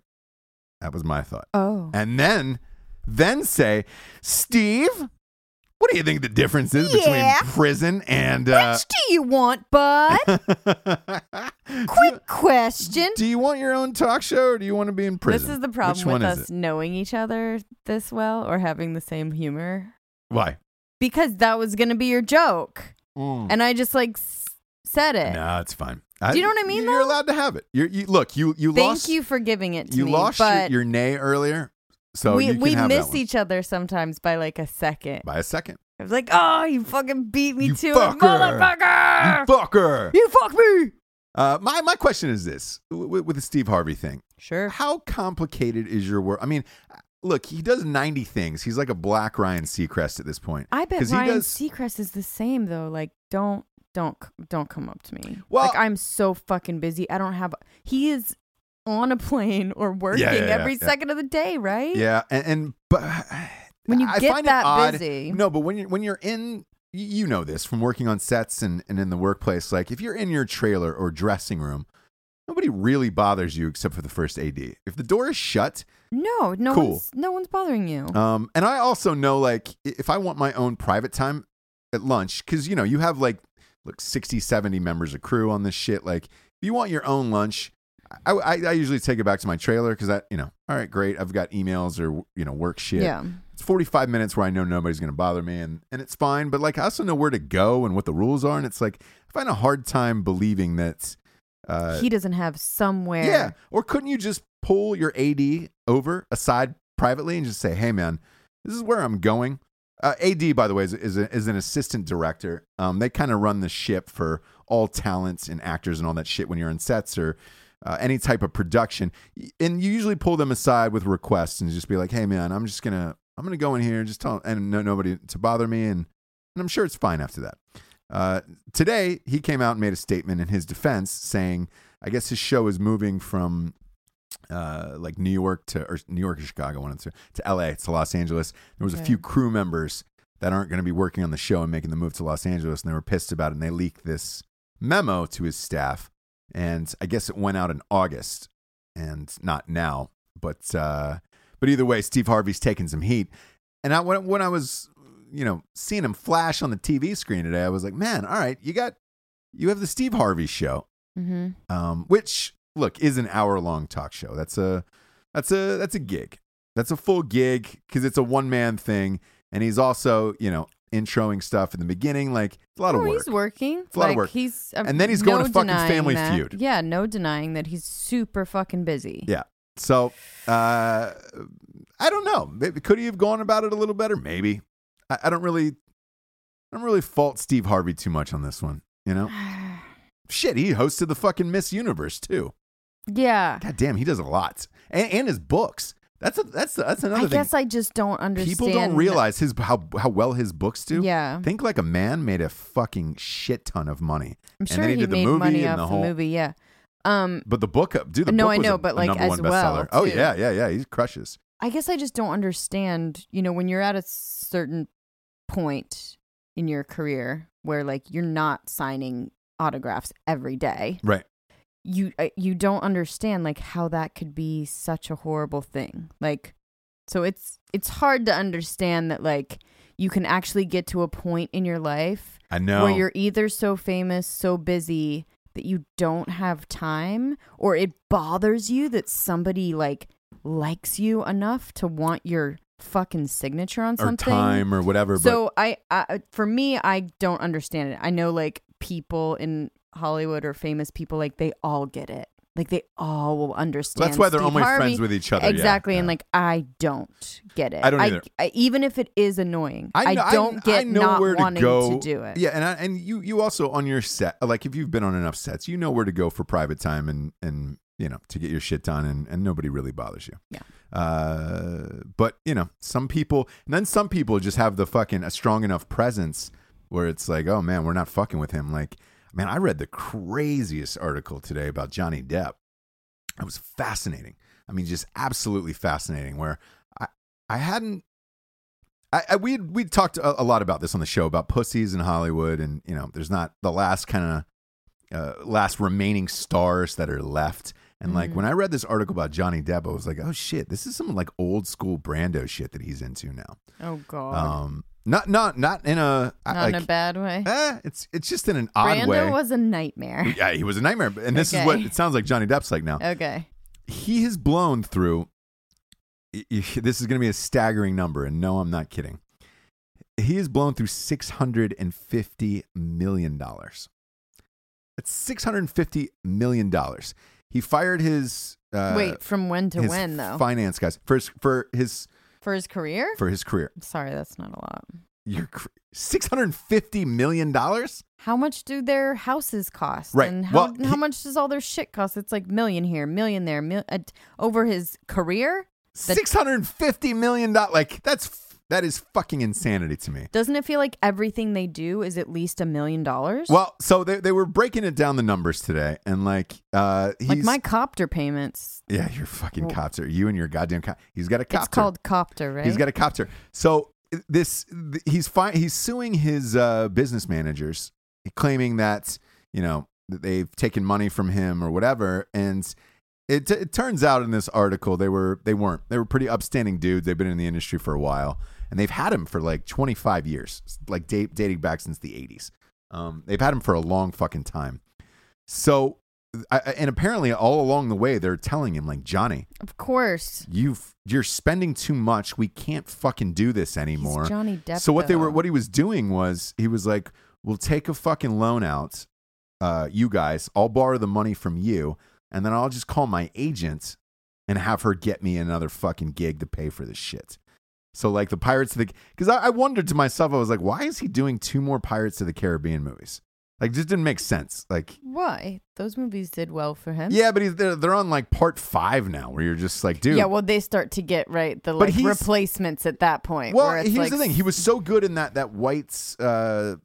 Speaker 1: That was my thought.
Speaker 2: Oh,
Speaker 1: And then, then say, Steve, what do you think the difference is
Speaker 2: Yeah.
Speaker 1: between prison and. Uh,
Speaker 2: which do you want, bud?
Speaker 1: do,
Speaker 2: Quick question.
Speaker 1: do you want your own talk show or do you want to be in prison?
Speaker 2: This is the
Speaker 1: Which
Speaker 2: problem
Speaker 1: one
Speaker 2: with
Speaker 1: is
Speaker 2: us
Speaker 1: it?
Speaker 2: knowing each other this well or having the same humor.
Speaker 1: Why?
Speaker 2: Because that was gonna be your joke, and I just like s- said it.
Speaker 1: No, it's fine.
Speaker 2: Eh. Do you know what I mean,
Speaker 1: You're
Speaker 2: though?
Speaker 1: allowed to have it. You're, you look. You you
Speaker 2: Thank
Speaker 1: lost.
Speaker 2: you for giving it to
Speaker 1: you
Speaker 2: me.
Speaker 1: lost
Speaker 2: but
Speaker 1: your, your nay earlier, so
Speaker 2: we
Speaker 1: you can
Speaker 2: we
Speaker 1: have that
Speaker 2: miss
Speaker 1: one.
Speaker 2: each other sometimes by like a second.
Speaker 1: by a second.
Speaker 2: I was like, oh, you fucking beat me
Speaker 1: You
Speaker 2: to
Speaker 1: fucker.
Speaker 2: it, motherfucker!
Speaker 1: You fucker.
Speaker 2: You fuck me.
Speaker 1: Uh, my my question is this: with, with the Steve Harvey thing,
Speaker 2: Sure.
Speaker 1: how complicated is your work? I mean, look, he does ninety things. He's like a black Ryan Seacrest at this point.
Speaker 2: I bet
Speaker 1: 'Cause he
Speaker 2: Ryan
Speaker 1: does-
Speaker 2: Seacrest is the same though. Like, don't, don't, c- don't come up to me.
Speaker 1: Well-
Speaker 2: like, I'm so fucking busy. I don't have. He is on a plane or working
Speaker 1: yeah, yeah,
Speaker 2: every
Speaker 1: yeah.
Speaker 2: second of the day, right?
Speaker 1: Yeah, and, and but
Speaker 2: When you
Speaker 1: I
Speaker 2: get
Speaker 1: find
Speaker 2: that
Speaker 1: it odd.
Speaker 2: busy.
Speaker 1: no, but when you when you're in, you- you know this from working on sets and and in the workplace. Like if you're in your trailer or dressing room, nobody really bothers you except for the first AD. If the door is shut,
Speaker 2: No, no
Speaker 1: Cool.
Speaker 2: one's, no one's bothering you.
Speaker 1: um, and I also know like i- if I want my own private time at lunch, because you know you have like look 60, 70 members of crew on this shit. Like if you want your own lunch. I, I, I usually take it back to my trailer because I, you know, all right, great. I've got emails or, you know, work shit
Speaker 2: yeah.
Speaker 1: it's 45 minutes where I know nobody's going to bother me and, and it's fine. But like, I also know where to go and what the rules are. And it's like, I find a hard time believing that Uh,
Speaker 2: he doesn't have somewhere.
Speaker 1: yeah. Or couldn't you just pull your AD over aside privately and just say, hey, man, this is where I'm going? Uh, AD, by the way, is, is, a, is an assistant director. Um, they kind of run the ship for all talents and actors and all that shit when you're on sets or uh, any type of production. And you usually pull them aside with requests and just be like, hey, man, I'm just going to. I'm gonna go in here and just tell and no, nobody to bother me, and and I'm sure it's fine after that. Uh, today, he came out and made a statement in his defense saying, I guess his show is moving from uh, like New York to or New York to Chicago, one of the two, to LA to Los Angeles. There was a few crew members that aren't going to be working on the show and making the move to Los Angeles, and they were pissed about it. And they leaked this memo to his staff, and I guess it went out in August and not now. But uh, but either way, Steve Harvey's taking some heat. And I when, when I was you know seeing him flash on the TV screen today, I was like, man, all right, you got you have the Steve Harvey show
Speaker 2: Mm-hmm.
Speaker 1: um, which look is an hour long talk show. That's a that's a that's a gig. That's a full gig because it's a one man thing, and he's also you know introing stuff in the beginning. Like it's a lot
Speaker 2: Oh,
Speaker 1: of work.
Speaker 2: he's working.
Speaker 1: a lot of
Speaker 2: Like,
Speaker 1: work.
Speaker 2: He's um,
Speaker 1: And then he's going
Speaker 2: no
Speaker 1: to fucking
Speaker 2: denying
Speaker 1: Family
Speaker 2: that.
Speaker 1: Feud.
Speaker 2: Yeah, no denying that he's super fucking busy.
Speaker 1: Yeah. So uh, I don't know. Maybe could he have gone about it a little better? Maybe. I, I don't really. I don't really fault Steve Harvey too much on this one. You know, shit. He hosted the fucking Miss Universe too.
Speaker 2: Yeah.
Speaker 1: God damn, he does a lot, and, and his books. That's a that's that's another
Speaker 2: I
Speaker 1: thing.
Speaker 2: guess I just don't understand.
Speaker 1: People don't realize his how how well his books do.
Speaker 2: Yeah.
Speaker 1: Think like a man made a fucking shit ton of money.
Speaker 2: I'm
Speaker 1: And
Speaker 2: sure
Speaker 1: then
Speaker 2: he,
Speaker 1: he did the
Speaker 2: made
Speaker 1: movie
Speaker 2: money
Speaker 1: and
Speaker 2: off
Speaker 1: the
Speaker 2: the,
Speaker 1: whole-
Speaker 2: movie. Yeah. Um,
Speaker 1: But the book, uh, dude, the
Speaker 2: No,
Speaker 1: book
Speaker 2: I
Speaker 1: was
Speaker 2: know,
Speaker 1: a,
Speaker 2: but,
Speaker 1: a
Speaker 2: like,
Speaker 1: number
Speaker 2: as
Speaker 1: one
Speaker 2: well,
Speaker 1: bestseller. Oh
Speaker 2: too.
Speaker 1: yeah, yeah, yeah. He crushes.
Speaker 2: I guess I just don't understand. You know, when you're at a certain point in your career where like you're not signing autographs every day,
Speaker 1: Right.
Speaker 2: you uh, you don't understand like how that could be such a horrible thing. Like, so it's it's hard to understand that like you can actually get to a point in your life
Speaker 1: I know.
Speaker 2: where you're either so famous, so busy that you don't have time, or it bothers you that somebody like likes you enough to want your fucking signature on
Speaker 1: or
Speaker 2: something.
Speaker 1: time or whatever.
Speaker 2: So I, I, for me, I don't understand it. I know like people in Hollywood or famous people, like they all get it. Like they all will
Speaker 1: but
Speaker 2: understand.
Speaker 1: that's why they're
Speaker 2: Steve
Speaker 1: only
Speaker 2: Harvey.
Speaker 1: friends with each other. yeah,
Speaker 2: Exactly, and
Speaker 1: yeah.
Speaker 2: like I don't get it.
Speaker 1: I don't either.
Speaker 2: I, even if it is annoying, I,
Speaker 1: kn-
Speaker 2: don't get
Speaker 1: I know
Speaker 2: not
Speaker 1: where
Speaker 2: wanting
Speaker 1: to, go.
Speaker 2: do it.
Speaker 1: Yeah, and I, and you you also on your set, like if you've been on enough sets, you know where to go for private time and and you know to get your shit done, and and nobody really bothers you.
Speaker 2: Yeah.
Speaker 1: Uh, but you know, some people, and then some people just have the fucking a strong enough presence where it's like, oh man, we're not fucking with him. Like, man, I read the craziest article today about Johnny Depp. It was fascinating. I mean, just absolutely fascinating. Where I I hadn't I, I we we talked a, a lot about this on the show about pussies in Hollywood, and you know, there's not the last kind of uh, last remaining stars that are left. And like
Speaker 2: Mm-hmm.
Speaker 1: when I read this article about Johnny Depp, I was like, oh shit, this is some like old school Brando shit that he's into now.
Speaker 2: Oh god.
Speaker 1: Um, not not not in a I-
Speaker 2: Not in
Speaker 1: like,
Speaker 2: a bad way.
Speaker 1: eh, it's it's just in an odd
Speaker 2: Brando
Speaker 1: way.
Speaker 2: was a nightmare.
Speaker 1: yeah, he was a nightmare, and this is
Speaker 2: Okay.
Speaker 1: what it sounds like Johnny Depp's like now
Speaker 2: Okay.
Speaker 1: he has blown through y- y- this is going to be a staggering number and no i'm not kidding he has blown through 650 million dollars it's 650 million dollars he fired his uh,
Speaker 2: Wait, from when to
Speaker 1: his
Speaker 2: when though?
Speaker 1: finance guys for his, for his
Speaker 2: For his career?
Speaker 1: for his career
Speaker 2: I'm sorry, that's not a lot.
Speaker 1: your 650 million dollars
Speaker 2: How much do their houses cost?
Speaker 1: Right.
Speaker 2: And how,
Speaker 1: Well,
Speaker 2: how
Speaker 1: he-
Speaker 2: much does all their shit cost? It's like million here, million there, mil- uh, over his career? The-
Speaker 1: 650 million dollars like that's f- that is fucking insanity to me
Speaker 2: Doesn't it feel like everything they do is at least a million dollars?
Speaker 1: Well, so they, they were breaking it down the numbers today, and like uh, he's
Speaker 2: like my copter payments.
Speaker 1: yeah, your fucking copter, you and your goddamn cop. He's got a copter.
Speaker 2: It's called copter, right?
Speaker 1: He's got a copter. So this th- he's fi- he's suing his uh, business managers, claiming that you know that they've taken money from him or whatever. And it, it turns out in this article they were they weren't they were pretty upstanding dudes. They've been in the industry for a while, and they've had him for like 25 years, like date, dating back since the 80s. Um, they've had him for a long fucking time. So. I, I- and apparently, all along the way, they're telling him, like, Johnny,
Speaker 2: of course.
Speaker 1: you've you're spending too much. We can't fucking do this anymore.
Speaker 2: He's Johnny Depp.
Speaker 1: so what they were
Speaker 2: though.
Speaker 1: what he was doing was he was like, "We'll take a fucking loan out uh, you guys. I'll borrow the money from you, and then I'll just call my agent and have her get me another fucking gig to pay for this shit. So like the Pirates of the because I, I wondered to myself, I was like, why is he doing two more Pirates of the Caribbean movies? Like, just didn't make sense. Like,
Speaker 2: Why? Those movies did well for him.
Speaker 1: yeah, but he's, they're they're on like part five now, where you're just like, dude,
Speaker 2: Yeah, well, they start to get right the
Speaker 1: But
Speaker 2: like
Speaker 1: he's-
Speaker 2: replacements at that point.
Speaker 1: Well,
Speaker 2: where it's
Speaker 1: here's
Speaker 2: like,
Speaker 1: the thing. He was so good in that that White's uh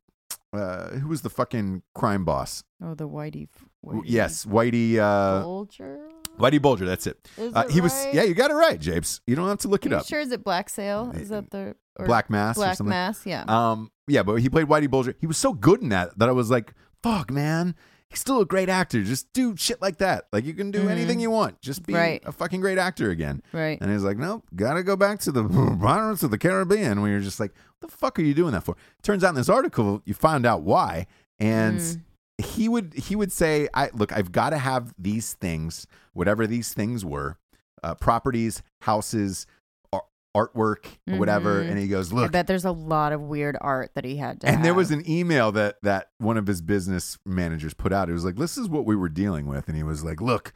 Speaker 1: uh who was the fucking crime boss?
Speaker 2: oh, the Whitey. f-
Speaker 1: W-
Speaker 2: Whitey
Speaker 1: Yes, Whitey uh
Speaker 2: Bulger.
Speaker 1: Whitey Bulger, that's it.
Speaker 2: Is
Speaker 1: Uh,
Speaker 2: it
Speaker 1: he was
Speaker 2: right?
Speaker 1: Yeah, you got it right, Japes. You don't have to look it
Speaker 2: Are you
Speaker 1: up.
Speaker 2: Sure, is it Black Sail? Is that the or
Speaker 1: Black Mass or
Speaker 2: Black
Speaker 1: something.
Speaker 2: Mass? Yeah.
Speaker 1: Um yeah, but he played Whitey Bulger. He was so good in that that I was like, "Fuck, man. He's still a great actor. Just do shit like that. Like you can do anything you want. Just be
Speaker 2: Mm-hmm. Right.
Speaker 1: a fucking great actor again."
Speaker 2: right.
Speaker 1: And he's like, nope, gotta go back to the Pirates of the Caribbean. Where you're just like, what the fuck are you doing that for? Turns out in this article, you find out why. And
Speaker 2: Hmm.
Speaker 1: he would he would say, I look, I've got to have these things, whatever these things were, uh, properties, houses, ar- artwork, whatever.
Speaker 2: Mhm.
Speaker 1: And he goes,
Speaker 2: I
Speaker 1: look.
Speaker 2: bet there's a lot of weird art that he had to.
Speaker 1: And there
Speaker 2: have.
Speaker 1: was an email that that one of his business managers put out. It was like, this is what we were dealing with. And he was like, look,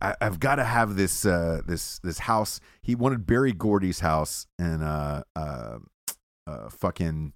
Speaker 1: I, I've got to have this uh, this this house. He wanted Barry Gordy's house in uh, uh, uh, fucking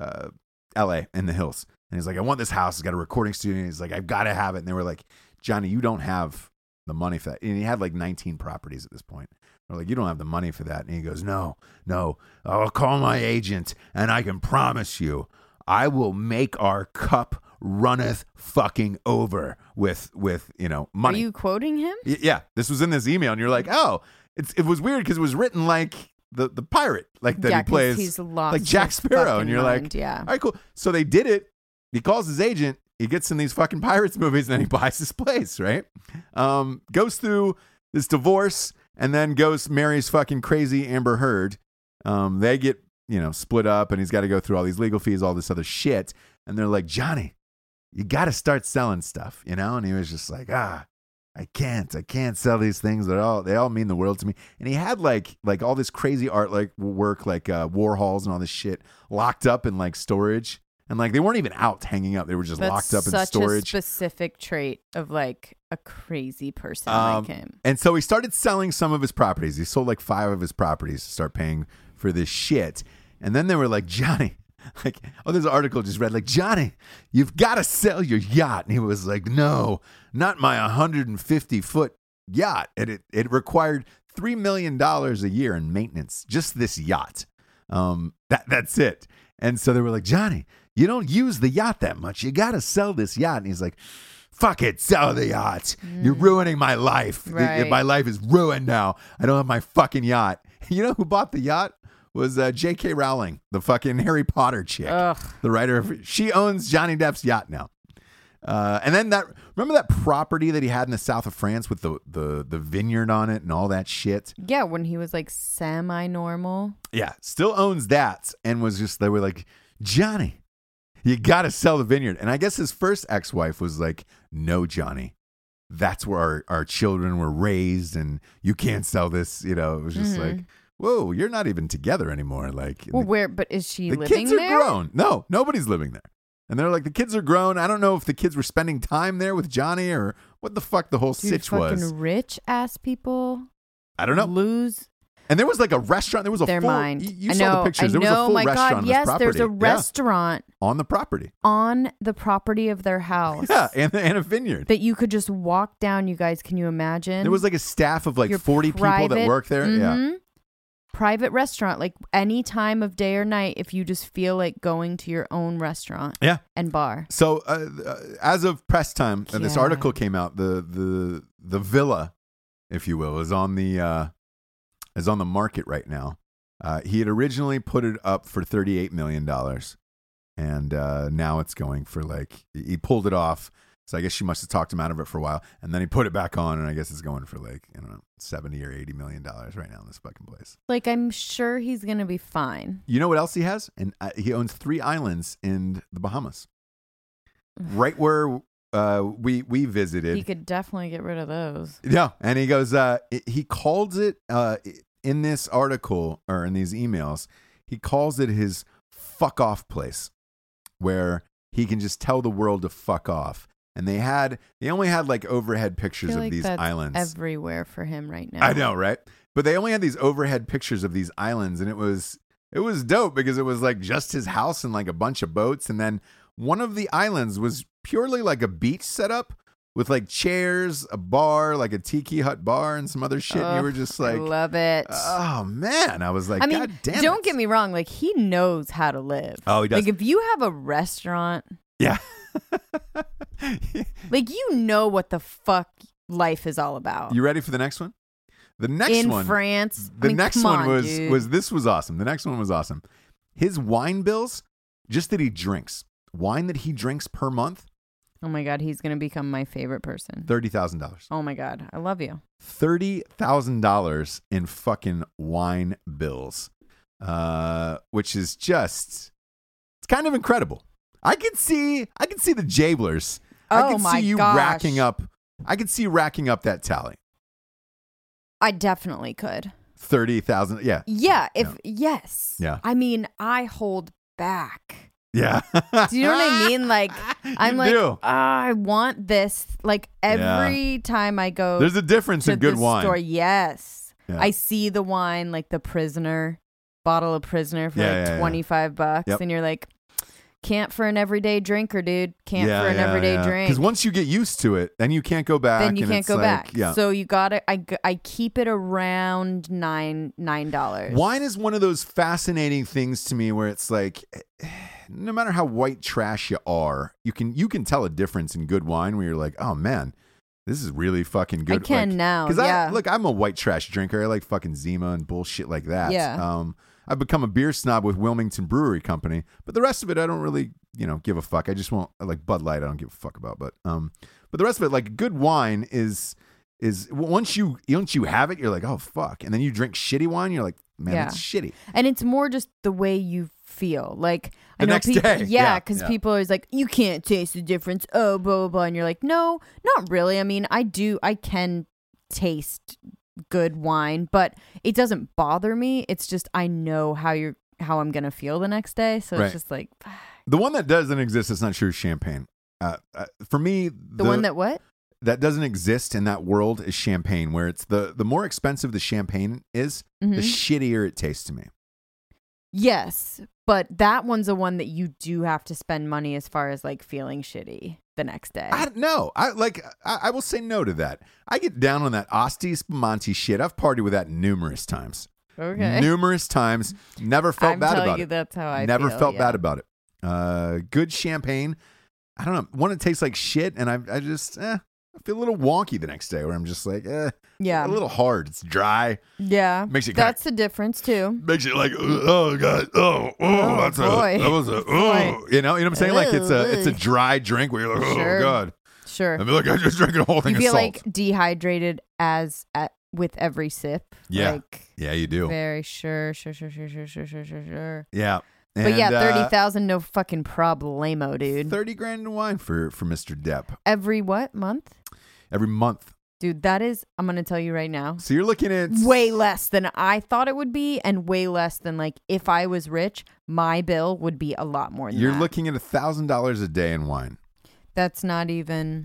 Speaker 1: uh, L.A. in the hills. And he's like, I want this house. It's got a recording studio. And he's like, I've got to have it. And they were like, Johnny, you don't have the money for that. And he had like 19 properties at this point. They're like, you don't have the money for that. And he goes, No, no. I'll call my agent, and I can promise you, I will make our cup runneth fucking over with with you know
Speaker 2: Are
Speaker 1: money.
Speaker 2: you quoting him?
Speaker 1: Y- yeah, this was in this email, and you're like, oh, it's it was weird because it was written like the the pirate, like that
Speaker 2: yeah,
Speaker 1: he
Speaker 2: 'cause
Speaker 1: plays,
Speaker 2: He's lost
Speaker 1: like Jack
Speaker 2: his
Speaker 1: Sparrow, and
Speaker 2: fucking
Speaker 1: you're like,
Speaker 2: mind, yeah.
Speaker 1: all right, cool. So they did it. He calls his agent. He gets in these fucking pirates movies, and then he buys his place. Right? Um, goes through this divorce, and then goes marries fucking crazy Amber Heard. Um, they get you know split up, and he's got to go through all these legal fees, all this other shit. And they're like, Johnny, you got to start selling stuff, you know. And he was just like, ah, I can't, I can't sell these things. They're all they all mean the world to me. And he had like like all this crazy art like work like uh, Warhols and all this shit locked up in like storage. And like they weren't even out hanging up; they were just
Speaker 2: That's
Speaker 1: locked up in
Speaker 2: such
Speaker 1: storage.
Speaker 2: a specific trait of like a crazy person
Speaker 1: Um,
Speaker 2: like him.
Speaker 1: And so he started selling some of his properties. He sold like five of his properties to start paying for this shit. And then they were like, Johnny, like, oh, there's an article I just read, like, Johnny, you've got to sell your yacht. And he was like, no, not my 150 foot yacht. And it, it required $3 million a year in maintenance, just this yacht. Um, that, that's it. And so they were like, Johnny, you don't use the yacht that much. You got to sell this yacht. And he's like, fuck it, sell the yacht. You're ruining my life. Th-
Speaker 2: Mm. Right.
Speaker 1: My life is ruined now. I don't have my fucking yacht. You know who bought the yacht? Was uh, J.K. Rowling, the fucking Harry Potter chick,
Speaker 2: Ugh.
Speaker 1: the writer of. She owns Johnny Depp's yacht now. Uh, and then that remember that property that he had in the south of France with the the the vineyard on it and all that shit.
Speaker 2: Yeah, when he was like semi-normal.
Speaker 1: Yeah, still owns that and was just they were like, Johnny, you gotta sell the vineyard. And I guess his first ex-wife was like, No, Johnny. That's where our, our children were raised and you can't sell this, you know. It was just like, Whoa, you're not even together anymore. Like
Speaker 2: Mm-hmm. Well, where? But is she
Speaker 1: the
Speaker 2: living
Speaker 1: kids are
Speaker 2: there?
Speaker 1: grown. No, nobody's living there. And they're like, the kids are grown. I don't know if the kids were spending time there with Johnny or what the fuck the whole
Speaker 2: Dude,
Speaker 1: sitch
Speaker 2: fucking
Speaker 1: was.
Speaker 2: rich ass people.
Speaker 1: I don't know.
Speaker 2: Lose
Speaker 1: And there was like a restaurant. There was a
Speaker 2: their
Speaker 1: full.
Speaker 2: mind.
Speaker 1: You, you
Speaker 2: I
Speaker 1: saw
Speaker 2: know.
Speaker 1: the pictures.
Speaker 2: I
Speaker 1: There
Speaker 2: know.
Speaker 1: was a full
Speaker 2: my
Speaker 1: restaurant
Speaker 2: God.
Speaker 1: on this
Speaker 2: Yes, there's a
Speaker 1: property. Yeah.
Speaker 2: restaurant
Speaker 1: on the property.
Speaker 2: on the property of their house.
Speaker 1: Yeah, and, and a vineyard.
Speaker 2: That you could just walk down. You guys, can you imagine?
Speaker 1: There was like a staff of like
Speaker 2: Your
Speaker 1: 40 people that
Speaker 2: private-
Speaker 1: work there. Yeah.
Speaker 2: Mhm. Private restaurant, like any time of day or night, if you just feel like going to your own restaurant
Speaker 1: Yeah.
Speaker 2: and bar.
Speaker 1: So uh, uh, as of press time, uh, this
Speaker 2: Yeah.
Speaker 1: article came out. The the the villa, if you will, is on the uh, is on the market right now. Uh, he had originally put it up for 38 million dollars, and uh, now it's going for like he pulled it off. So I guess she must have talked him out of it for a while, and then he put it back on, and I guess it's going for like I don't know 70 or 80 million dollars right now in this fucking place.
Speaker 2: Like I'm sure he's gonna be fine.
Speaker 1: You know what else he has? And uh, he owns three islands in the Bahamas, right where uh, we we visited.
Speaker 2: He could definitely get rid of those.
Speaker 1: yeah, and he goes. Uh, it- he calls it uh, in this article or in these emails. He calls it his fuck off place, where he can just tell the world to fuck off. And they had they only had like overhead
Speaker 2: I
Speaker 1: pictures
Speaker 2: feel
Speaker 1: of
Speaker 2: like
Speaker 1: these
Speaker 2: that's
Speaker 1: islands.
Speaker 2: everywhere for him right now.
Speaker 1: I know, right? But they only had these overhead pictures of these islands, and it was it was dope because it was like just his house and like a bunch of boats, and then one of the islands was purely like a beach setup with like chairs, a bar, like a tiki hut bar, and some other shit. and you
Speaker 2: Ugh,
Speaker 1: were just
Speaker 2: I
Speaker 1: like,
Speaker 2: love it.
Speaker 1: oh man, I was like,
Speaker 2: I mean,
Speaker 1: God damn
Speaker 2: don't
Speaker 1: it."
Speaker 2: get me wrong. Like he knows how to live.
Speaker 1: Oh, he does.
Speaker 2: Like if you have a restaurant,
Speaker 1: yeah.
Speaker 2: like you know what the fuck life is all about.
Speaker 1: you ready for the next one? The next
Speaker 2: in
Speaker 1: one.
Speaker 2: France. I
Speaker 1: The
Speaker 2: mean,
Speaker 1: next
Speaker 2: come
Speaker 1: one
Speaker 2: on,
Speaker 1: was
Speaker 2: dude.
Speaker 1: was this was awesome. The next one was awesome. His wine bills, just that he drinks wine that he drinks per month,
Speaker 2: Oh my god, he's gonna become my favorite person.
Speaker 1: thirty thousand dollars.
Speaker 2: oh my god, I love you.
Speaker 1: Thirty thousand dollars in fucking wine bills, uh, which is just it's kind of incredible. I could see I could see the jablers. I
Speaker 2: Oh
Speaker 1: could
Speaker 2: my
Speaker 1: see you
Speaker 2: gosh.
Speaker 1: racking up. I could see racking up that tally.
Speaker 2: I definitely could.
Speaker 1: Thirty thousand. Yeah,
Speaker 2: Yeah. If
Speaker 1: No.
Speaker 2: yes.
Speaker 1: Yeah.
Speaker 2: I mean, I hold back.
Speaker 1: yeah.
Speaker 2: Do you know what I mean? Like I'm
Speaker 1: You
Speaker 2: like,
Speaker 1: do.
Speaker 2: "Ah, I want this. Like every time I go
Speaker 1: There's a difference
Speaker 2: to
Speaker 1: in good
Speaker 2: the
Speaker 1: wine.
Speaker 2: store, yes,
Speaker 1: Yeah.
Speaker 2: I see the wine like the prisoner bottle of prisoner for
Speaker 1: Yeah,
Speaker 2: like
Speaker 1: yeah, yeah.
Speaker 2: 25 bucks,
Speaker 1: Yep.
Speaker 2: and you're like, can't for an everyday drinker, dude. Can't for an everyday drink.
Speaker 1: Because once you get used to it, then you can't go back.
Speaker 2: then you
Speaker 1: and
Speaker 2: can't
Speaker 1: it's
Speaker 2: go
Speaker 1: like-
Speaker 2: back.
Speaker 1: Yeah.
Speaker 2: So you got to I, g- I keep it around nine nine dollars.
Speaker 1: Wine is one of those fascinating things to me where it's like, no matter how white trash you are, you can you can tell a difference in good wine where you're like, oh man, this is really fucking good.
Speaker 2: I can now.
Speaker 1: Because
Speaker 2: Oh, yeah.
Speaker 1: I look, I'm a white trash drinker. I like fucking Zima and bullshit like that.
Speaker 2: Yeah.
Speaker 1: Um, I've become a beer snob with Wilmington Brewery Company, but the rest of it, I don't really, you know, give a fuck. I just won't like Bud Light. I don't give a fuck about, but um, but the rest of it, like good wine is is w- once you once you have it, you're like, oh fuck, and then you drink shitty wine, you're like, man,
Speaker 2: Yeah.
Speaker 1: it's shitty.
Speaker 2: and it's more just the way you feel. Like
Speaker 1: The
Speaker 2: I know
Speaker 1: next
Speaker 2: people,
Speaker 1: day. Yeah,
Speaker 2: yeah, because
Speaker 1: yeah.
Speaker 2: people are always like, you can't taste the difference. Oh, blah blah blah, and you're like, no, not really. I mean, I do. I can taste good wine, but it doesn't bother me. It's just I know how you're how I'm gonna feel the next day. So
Speaker 1: Right.
Speaker 2: it's just like
Speaker 1: The one that doesn't exist, it's not true. is Champagne. Uh, uh, for me,
Speaker 2: the one that what?
Speaker 1: that doesn't exist in that world is champagne, where it's the the more expensive the champagne is, the
Speaker 2: Mhm.
Speaker 1: shittier it tastes to me.
Speaker 2: Yes, but that one's the one that you do have to spend money as far as like feeling shitty the next day.
Speaker 1: I don't know. I like. I, I will say no to that. I get down on that Asti Spumanti shit. I've partied with that numerous times.
Speaker 2: okay.
Speaker 1: Numerous times. Never felt
Speaker 2: I'm
Speaker 1: bad
Speaker 2: telling
Speaker 1: about
Speaker 2: you
Speaker 1: it.
Speaker 2: that's how I
Speaker 1: Never
Speaker 2: feel,
Speaker 1: felt
Speaker 2: yeah.
Speaker 1: bad about it. Uh, good champagne. I don't know. One it tastes like shit, and I I just eh, I feel a little wonky the next day, where I'm just like eh,
Speaker 2: Yeah.
Speaker 1: a little hard. It's dry.
Speaker 2: Yeah.
Speaker 1: Makes you kinda-
Speaker 2: That's the difference too.
Speaker 1: Makes you like oh god oh oh,
Speaker 2: that's a- boy. that
Speaker 1: was a
Speaker 2: oh.
Speaker 1: you know you know what I'm saying like it's a it's a
Speaker 2: Ugh.
Speaker 1: dry drink where you're like oh
Speaker 2: Sure.
Speaker 1: god
Speaker 2: Sure.
Speaker 1: I feel like I just drank a whole thing
Speaker 2: You
Speaker 1: of
Speaker 2: feel
Speaker 1: salt.
Speaker 2: like dehydrated as at with every sip.
Speaker 1: Yeah.
Speaker 2: Like
Speaker 1: yeah, you do.
Speaker 2: very sure, sure, sure, sure, sure, sure, sure, sure, sure.
Speaker 1: Yeah.
Speaker 2: but yeah,
Speaker 1: And, uh,
Speaker 2: thirty thousand, no fucking problemo, dude.
Speaker 1: 30 grand in wine for for Mr. Depp
Speaker 2: every what month?
Speaker 1: every month.
Speaker 2: Dude, that is I'm gonna tell you right now.
Speaker 1: So you're looking at
Speaker 2: way less than I thought it would be, and way less than like if I was rich, my bill would be a lot more than
Speaker 1: You're
Speaker 2: that.
Speaker 1: looking at a thousand dollars a day in wine.
Speaker 2: That's not even.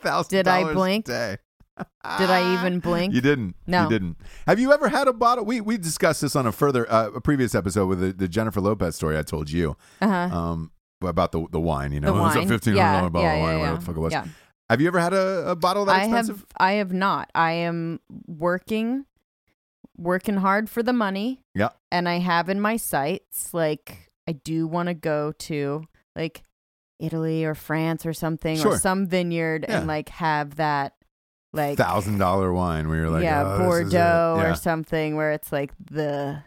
Speaker 1: Thousand.
Speaker 2: Did I blink?
Speaker 1: A day.
Speaker 2: did I even blink?
Speaker 1: You didn't. You
Speaker 2: No.
Speaker 1: didn't. Have you ever had a bottle? We we discussed this on a further uh, a previous episode with the, the Jennifer Lopez story I told you
Speaker 2: Uh-huh.
Speaker 1: um about the the wine. You know,
Speaker 2: the
Speaker 1: it was
Speaker 2: wine.
Speaker 1: a fifteen hundred
Speaker 2: yeah,
Speaker 1: dollar bottle
Speaker 2: yeah,
Speaker 1: of
Speaker 2: yeah,
Speaker 1: wine,
Speaker 2: yeah.
Speaker 1: whatever the fuck it was.
Speaker 2: Yeah.
Speaker 1: Have you ever had a, a bottle that
Speaker 2: I
Speaker 1: expensive?
Speaker 2: have. I have not. I am working, working hard for the money.
Speaker 1: Yeah.
Speaker 2: And I have in my sights like I do want to go to like Italy or France or something
Speaker 1: Sure.
Speaker 2: or some vineyard
Speaker 1: Yeah.
Speaker 2: and like have that like
Speaker 1: thousand dollar wine where you're like
Speaker 2: yeah,
Speaker 1: oh, this is it.
Speaker 2: Bordeaux
Speaker 1: Yeah.
Speaker 2: or something where it's like the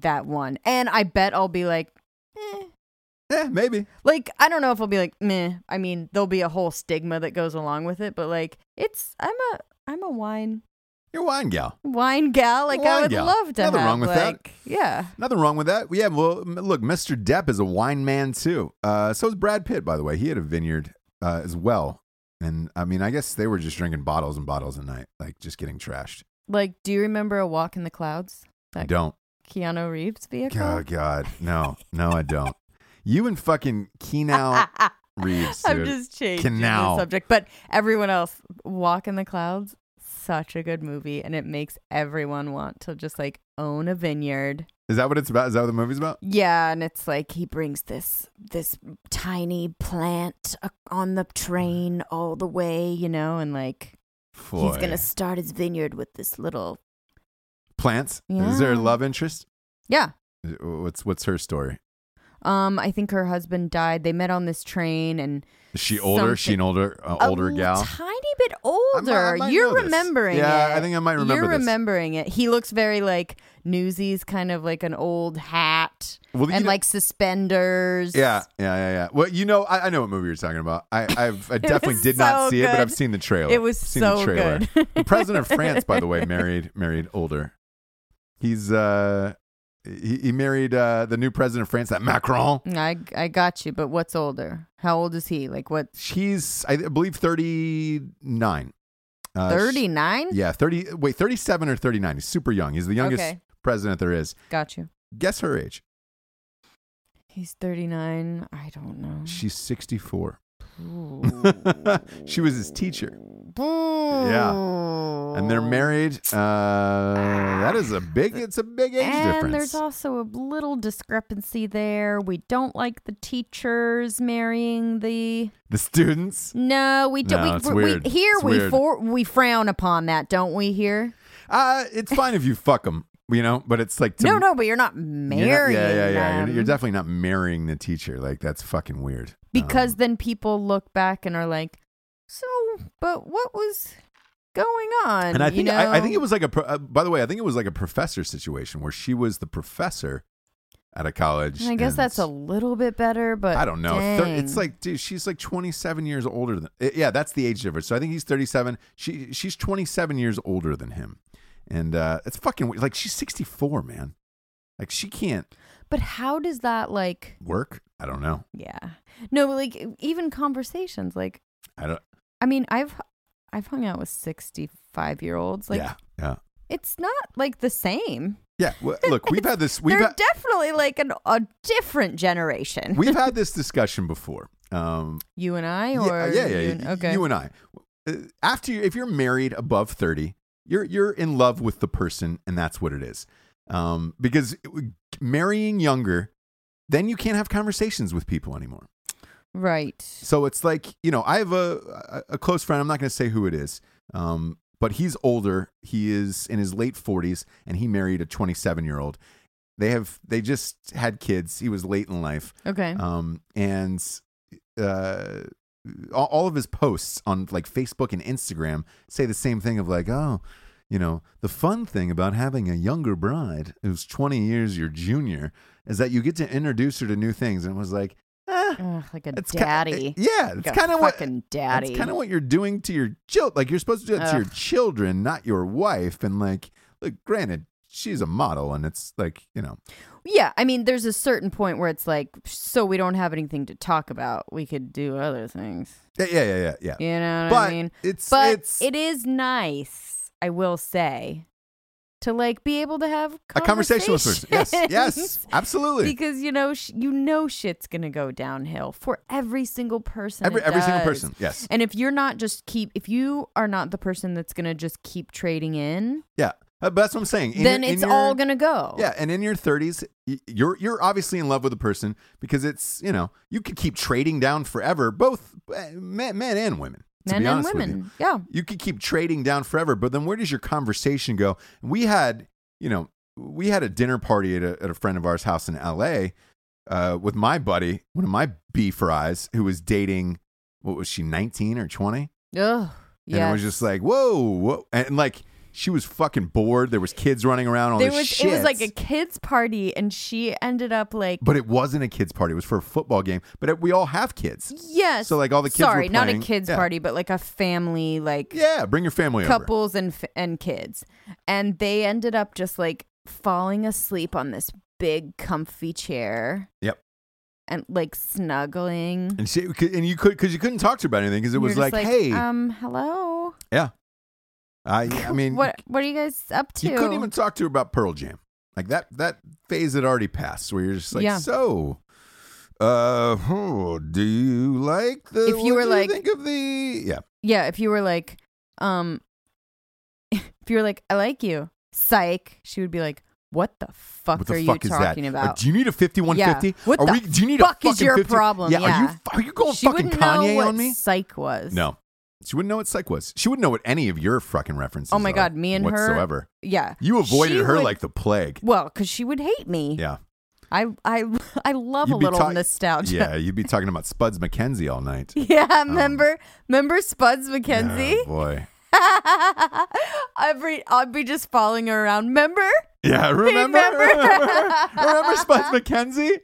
Speaker 2: that one. And I bet I'll be like, eh.
Speaker 1: yeah maybe
Speaker 2: like I don't know if I'll be like meh. I mean, there'll be a whole stigma that goes along with it, but like it's I'm a I'm a wine
Speaker 1: you're a wine gal
Speaker 2: wine gal. Like
Speaker 1: Wine
Speaker 2: I would
Speaker 1: gal.
Speaker 2: love to
Speaker 1: Nothing
Speaker 2: have
Speaker 1: wrong with that.
Speaker 2: like yeah.
Speaker 1: Nothing wrong with that. Yeah, well, m- look, Mr. Depp is a wine man too. Uh, so is Brad Pitt, by the way. He had a vineyard uh, as well. And I mean, I guess they were just drinking bottles and bottles a night, like just getting trashed.
Speaker 2: Like, do you remember a walk in the clouds?
Speaker 1: I
Speaker 2: That
Speaker 1: don't.
Speaker 2: Keanu Reeves vehicle?
Speaker 1: Oh, God. No, no, I don't. You and fucking Keenal Reeves.
Speaker 2: I'm
Speaker 1: dude.
Speaker 2: just changing
Speaker 1: Canal.
Speaker 2: the subject. But everyone else, Walk in the Clouds, such a good movie, and it makes everyone want to just like own a vineyard.
Speaker 1: Is that what it's about? Is that what the movie's about?
Speaker 2: Yeah, and it's like he brings this this tiny plant uh, on the train all the way, you know, and like he's
Speaker 1: Foy.
Speaker 2: gonna start his vineyard with this little
Speaker 1: plants. Is there a
Speaker 2: Yeah.
Speaker 1: love interest? Uh,
Speaker 2: yeah.
Speaker 1: What's what's her story?
Speaker 2: Um, I think her husband died. They met on this train, and
Speaker 1: Is she older? Is she an older uh, older
Speaker 2: a
Speaker 1: gal?
Speaker 2: tiny bit
Speaker 1: I might- I might
Speaker 2: older.
Speaker 1: know
Speaker 2: You're
Speaker 1: this.
Speaker 2: remembering.
Speaker 1: Yeah,
Speaker 2: it.
Speaker 1: I think I might remember
Speaker 2: You're
Speaker 1: this.
Speaker 2: remembering it. He looks very like Newsies, kind of like an old hat
Speaker 1: Well, you
Speaker 2: and
Speaker 1: know-
Speaker 2: like suspenders.
Speaker 1: Yeah, yeah, yeah, yeah. Well, you know, I, I know what movie you're talking about. I I've, I definitely
Speaker 2: was
Speaker 1: did not
Speaker 2: so
Speaker 1: see it, but
Speaker 2: good.
Speaker 1: I've seen the trailer.
Speaker 2: It was
Speaker 1: I've seen
Speaker 2: so
Speaker 1: the trailer.
Speaker 2: good.
Speaker 1: the president of France, by the way, married married older. He's uh he, he married uh the new president of France, that Macron.
Speaker 2: I I got you, but what's older? How old is he? Like what?
Speaker 1: He's I believe thirty nine. Uh,
Speaker 2: Thirty nine?
Speaker 1: Yeah, thirty. Wait, thirty-seven or thirty-nine. He's super young. He's the youngest
Speaker 2: Okay.
Speaker 1: president there is.
Speaker 2: Got you.
Speaker 1: Guess her age.
Speaker 2: He's thirty nine. I don't know.
Speaker 1: She's sixty-four.
Speaker 2: Ooh.
Speaker 1: she was his teacher,
Speaker 2: yeah.
Speaker 1: and they're married. Uh, that is a big. It's a big age
Speaker 2: and
Speaker 1: difference.
Speaker 2: there's also a little discrepancy there. We don't like the teachers marrying the.
Speaker 1: the students.
Speaker 2: No, we don't.
Speaker 1: No,
Speaker 2: we,
Speaker 1: it's
Speaker 2: we-
Speaker 1: weird.
Speaker 2: We, here
Speaker 1: It's
Speaker 2: we
Speaker 1: weird.
Speaker 2: for, we frown upon that, don't we? Here.
Speaker 1: Uh, it's fine if you fuck them, you know. But it's like to
Speaker 2: no, no, but you're not
Speaker 1: you're
Speaker 2: marrying.
Speaker 1: not- yeah, yeah, yeah. You're-
Speaker 2: them.
Speaker 1: You're, definitely not marrying the teacher. Like that's fucking weird. Um,
Speaker 2: because then people look back and are like, so, but what was going on?
Speaker 1: Um, and I
Speaker 2: you
Speaker 1: think I, I
Speaker 2: know?
Speaker 1: think it was like a. pro- Uh, by the way, I think it was like a professor situation where she was the professor at a college.
Speaker 2: And I guess
Speaker 1: and-
Speaker 2: that's a little bit better, but
Speaker 1: I don't know. Thir- it's
Speaker 2: dang.
Speaker 1: like, dude, she's like 27 years older than. eh, Yeah, that's the age difference. So I think he's 37. She she's 27 years older than him, and uh, it's fucking we- like she's 64, man. Like she can't
Speaker 2: But how does that like?
Speaker 1: work. I don't know.
Speaker 2: Yeah. No, but like even conversations. Like
Speaker 1: I don't.
Speaker 2: I mean, I've I've hung out with sixty five year olds. Like
Speaker 1: yeah, yeah,
Speaker 2: it's not like the same.
Speaker 1: yeah. Well, look, we've had this. We've
Speaker 2: They're
Speaker 1: had,
Speaker 2: definitely like an, a different generation.
Speaker 1: we've had this discussion before. Um,
Speaker 2: you and I,
Speaker 1: Yeah, uh,
Speaker 2: or
Speaker 1: yeah, yeah,
Speaker 2: you
Speaker 1: yeah.
Speaker 2: and-
Speaker 1: Y-
Speaker 2: okay.
Speaker 1: You and I. Uh, After you, if you're married above thirty, you're you're in love with the person, and that's what it is. Um, because it- marrying younger, then you can't have conversations with people anymore.
Speaker 2: right.
Speaker 1: So it's like you know, I have a a a close friend. I'm not going to say who it is, um, but he's older. He is in his late 40s, and he married a 27 year old. They have they just had kids. He was late in life
Speaker 2: Okay.
Speaker 1: um, and uh, all, all of his posts on like Facebook and Instagram say the same thing of like, oh, you know, the fun thing about having a younger bride who's 20 years your junior is that you get to introduce her to new things. And it was like, ah,
Speaker 2: Ugh, like a
Speaker 1: it's ki-
Speaker 2: daddy.
Speaker 1: yeah, it's
Speaker 2: Like a
Speaker 1: kind of what.
Speaker 2: fucking daddy.
Speaker 1: That's kind of what you're doing to your child. Like you're supposed to do that to your children, not your wife. And like, look, granted, she's a model, and it's like you know,
Speaker 2: Yeah, I mean, there's a certain point where it's like, so we don't have anything to talk about. We could do other things.
Speaker 1: yeah, yeah, yeah, yeah. yeah.
Speaker 2: You know what
Speaker 1: but
Speaker 2: I mean?
Speaker 1: it's
Speaker 2: But
Speaker 1: it's
Speaker 2: it is nice, I will say, to like be able to have
Speaker 1: a conversation with person. Yes, yes,
Speaker 2: conversations.
Speaker 1: absolutely.
Speaker 2: because you know sh- you know shit's gonna go downhill for every single person.
Speaker 1: Every
Speaker 2: it
Speaker 1: every single
Speaker 2: does.
Speaker 1: person. Yes.
Speaker 2: And if you're not just keep, if you are not the person that's gonna just keep trading in,
Speaker 1: Yeah. Uh, but that's what I'm saying. In
Speaker 2: then
Speaker 1: your- in
Speaker 2: it's
Speaker 1: your-
Speaker 2: all gonna go.
Speaker 1: Yeah, and in your 30s, y- you're you're obviously in love with a person because it's you know you could keep trading down forever, both uh, men, men and women. to
Speaker 2: men
Speaker 1: be
Speaker 2: and
Speaker 1: honest with you.
Speaker 2: women. Yeah.
Speaker 1: you could keep trading down forever, but then where does your conversation go? We had, you know, we had a dinner party at a, at a friend of ours' house in LA uh, with my buddy, one of my B fries, who was dating, what was she, 19 or 20?
Speaker 2: Ugh.
Speaker 1: And
Speaker 2: Yeah.
Speaker 1: it was just like, whoa, whoa. And like, she was fucking bored. There was kids running around, all
Speaker 2: there
Speaker 1: this
Speaker 2: was
Speaker 1: shit.
Speaker 2: it was like a kids party and she ended up like
Speaker 1: But it wasn't a kids' party. It was for a football game. But it, we all have kids.
Speaker 2: yes
Speaker 1: So, like, all the kids were
Speaker 2: sorry not a
Speaker 1: playing.
Speaker 2: kids
Speaker 1: Yeah.
Speaker 2: party but like a family like
Speaker 1: Yeah, bring your family over.
Speaker 2: couples and f- and kids and they ended up just like falling asleep on this big comfy chair
Speaker 1: Yep.
Speaker 2: and like snuggling
Speaker 1: And she and you could because you couldn't talk to her about anything because it
Speaker 2: You're
Speaker 1: was
Speaker 2: just
Speaker 1: like, hey,
Speaker 2: um hello
Speaker 1: yeah. I I mean,
Speaker 2: what what are you guys up to
Speaker 1: You couldn't even talk to her about Pearl Jam. Like that that phase had already passed where you're just like,
Speaker 2: Yeah.
Speaker 1: so uh, oh, do you like the?
Speaker 2: If
Speaker 1: what
Speaker 2: you were
Speaker 1: do
Speaker 2: like-
Speaker 1: think of the yeah,
Speaker 2: Yeah, if you were like, um, if you were like, I like you, psych, she would be like, what the fuck
Speaker 1: what
Speaker 2: are
Speaker 1: the
Speaker 2: you
Speaker 1: fuck is that?
Speaker 2: talking
Speaker 1: Like,
Speaker 2: about?
Speaker 1: do you need a fifty-one fifty?
Speaker 2: Yeah. What
Speaker 1: are
Speaker 2: the
Speaker 1: we? Do you need a
Speaker 2: fuck
Speaker 1: fucking
Speaker 2: is your
Speaker 1: 50?
Speaker 2: problem?
Speaker 1: Yeah, Are you
Speaker 2: Yeah.
Speaker 1: are you going
Speaker 2: she
Speaker 1: fucking
Speaker 2: wouldn't know
Speaker 1: Kanye
Speaker 2: what
Speaker 1: on me?
Speaker 2: psych was.
Speaker 1: No, she wouldn't know what psych was. She wouldn't know what any of your fucking references.
Speaker 2: Oh my
Speaker 1: are
Speaker 2: God, me and her-
Speaker 1: whatsoever.
Speaker 2: Yeah.
Speaker 1: You avoided
Speaker 2: She
Speaker 1: her
Speaker 2: would-
Speaker 1: like the plague.
Speaker 2: Well, because she would hate me.
Speaker 1: Yeah,
Speaker 2: I I I love
Speaker 1: You'd
Speaker 2: a
Speaker 1: be
Speaker 2: little
Speaker 1: talk-
Speaker 2: nostalgia.
Speaker 1: yeah. Um, You'd be talking about Spuds McKenzie all night.
Speaker 2: Yeah, remember, remember Spuds McKenzie?
Speaker 1: Oh, boy.
Speaker 2: Every I'd be just following her around. Remember?
Speaker 1: Yeah, remember?
Speaker 2: Remember?
Speaker 1: Remember, remember Spuds McKenzie?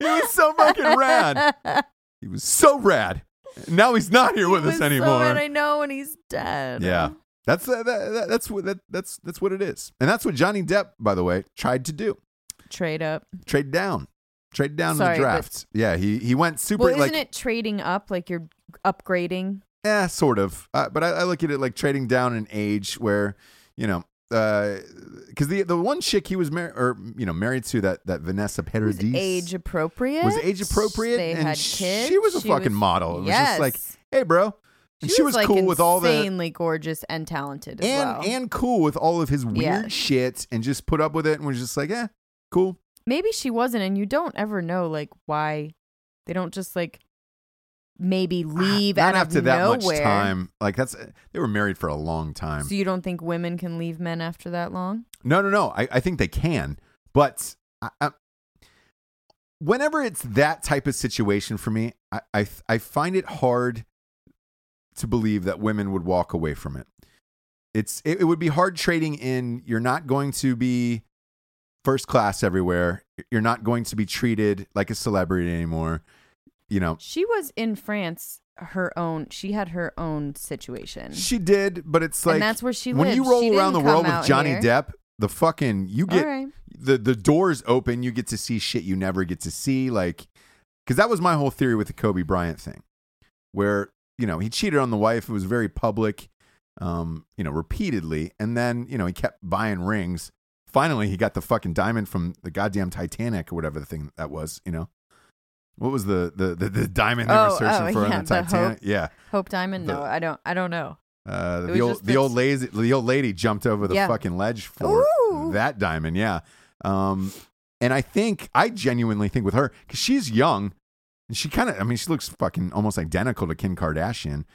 Speaker 1: He was so fucking rad. He was so rad. Now he's not here with
Speaker 2: It was
Speaker 1: us
Speaker 2: so
Speaker 1: anymore.
Speaker 2: bad, I know, and he's dead.
Speaker 1: yeah. That's uh, that, that, that's what that, that's that's what it is. And that's what Johnny Depp by the way tried to do.
Speaker 2: Trade up.
Speaker 1: Trade down. Trade down in
Speaker 2: Sorry,
Speaker 1: the
Speaker 2: but-
Speaker 1: draft. Yeah, he he went super
Speaker 2: well,
Speaker 1: like
Speaker 2: isn't it trading up? Like you're upgrading.
Speaker 1: eh, sort of. Uh, but I, I look at it like trading down in age, where you know, because the the one chick he was married or you know married to that that Vanessa
Speaker 2: Was
Speaker 1: Paradis
Speaker 2: age appropriate.
Speaker 1: was age appropriate,
Speaker 2: They
Speaker 1: and
Speaker 2: had
Speaker 1: sh-
Speaker 2: kids.
Speaker 1: she was a fucking model. It was just like,
Speaker 2: yes.
Speaker 1: hey, bro, and she, was,
Speaker 2: like,
Speaker 1: cool with all the
Speaker 2: insanely gorgeous and talented as
Speaker 1: and
Speaker 2: well.
Speaker 1: and cool with all of his weird
Speaker 2: Yes.
Speaker 1: shit, and just put up with it, and was just like, eh, cool.
Speaker 2: maybe she wasn't and you don't ever know like why they don't just like maybe leave
Speaker 1: Ah, Not
Speaker 2: out
Speaker 1: after
Speaker 2: of
Speaker 1: that
Speaker 2: nowhere
Speaker 1: much time. Like that's they were married for a long time.
Speaker 2: so you don't think women can leave men after that long
Speaker 1: No, no, no. I, I think they can, but I, I, whenever it's that type of situation for me, I, I I find it hard to believe that women would walk away from it. It's it, it would be hard trading in. You're not going to be first class everywhere. You're not going to be treated like a celebrity anymore. You know,
Speaker 2: she was in france her own she had her own situation
Speaker 1: she did, but it's like
Speaker 2: and that's where she
Speaker 1: when
Speaker 2: lived.
Speaker 1: you roll
Speaker 2: She
Speaker 1: around the
Speaker 2: didn't
Speaker 1: world
Speaker 2: come
Speaker 1: with
Speaker 2: out
Speaker 1: Johnny
Speaker 2: here.
Speaker 1: Depp, the fucking you get
Speaker 2: All right.
Speaker 1: the the doors open you get to see shit you never get to see like because that was my whole theory with the kobe bryant thing where you know he cheated on the wife it was very public um you know repeatedly and then you know he kept buying rings finally he got the fucking diamond from the goddamn titanic or whatever the thing that was you know what was the the the, the diamond they were
Speaker 2: Oh,
Speaker 1: searching
Speaker 2: oh,
Speaker 1: for
Speaker 2: yeah,
Speaker 1: on the
Speaker 2: the hope.
Speaker 1: titanic yeah
Speaker 2: hope diamond
Speaker 1: The-
Speaker 2: no i don't i don't know
Speaker 1: uh,
Speaker 2: It
Speaker 1: the
Speaker 2: was
Speaker 1: old
Speaker 2: just
Speaker 1: the
Speaker 2: this-
Speaker 1: old lazy the old lady jumped over the
Speaker 2: Yeah.
Speaker 1: fucking ledge for
Speaker 2: Ooh.
Speaker 1: that diamond. Yeah, um, and I think I genuinely think with her because she's young and she kind of I mean she looks fucking almost identical to Kim Kardashian,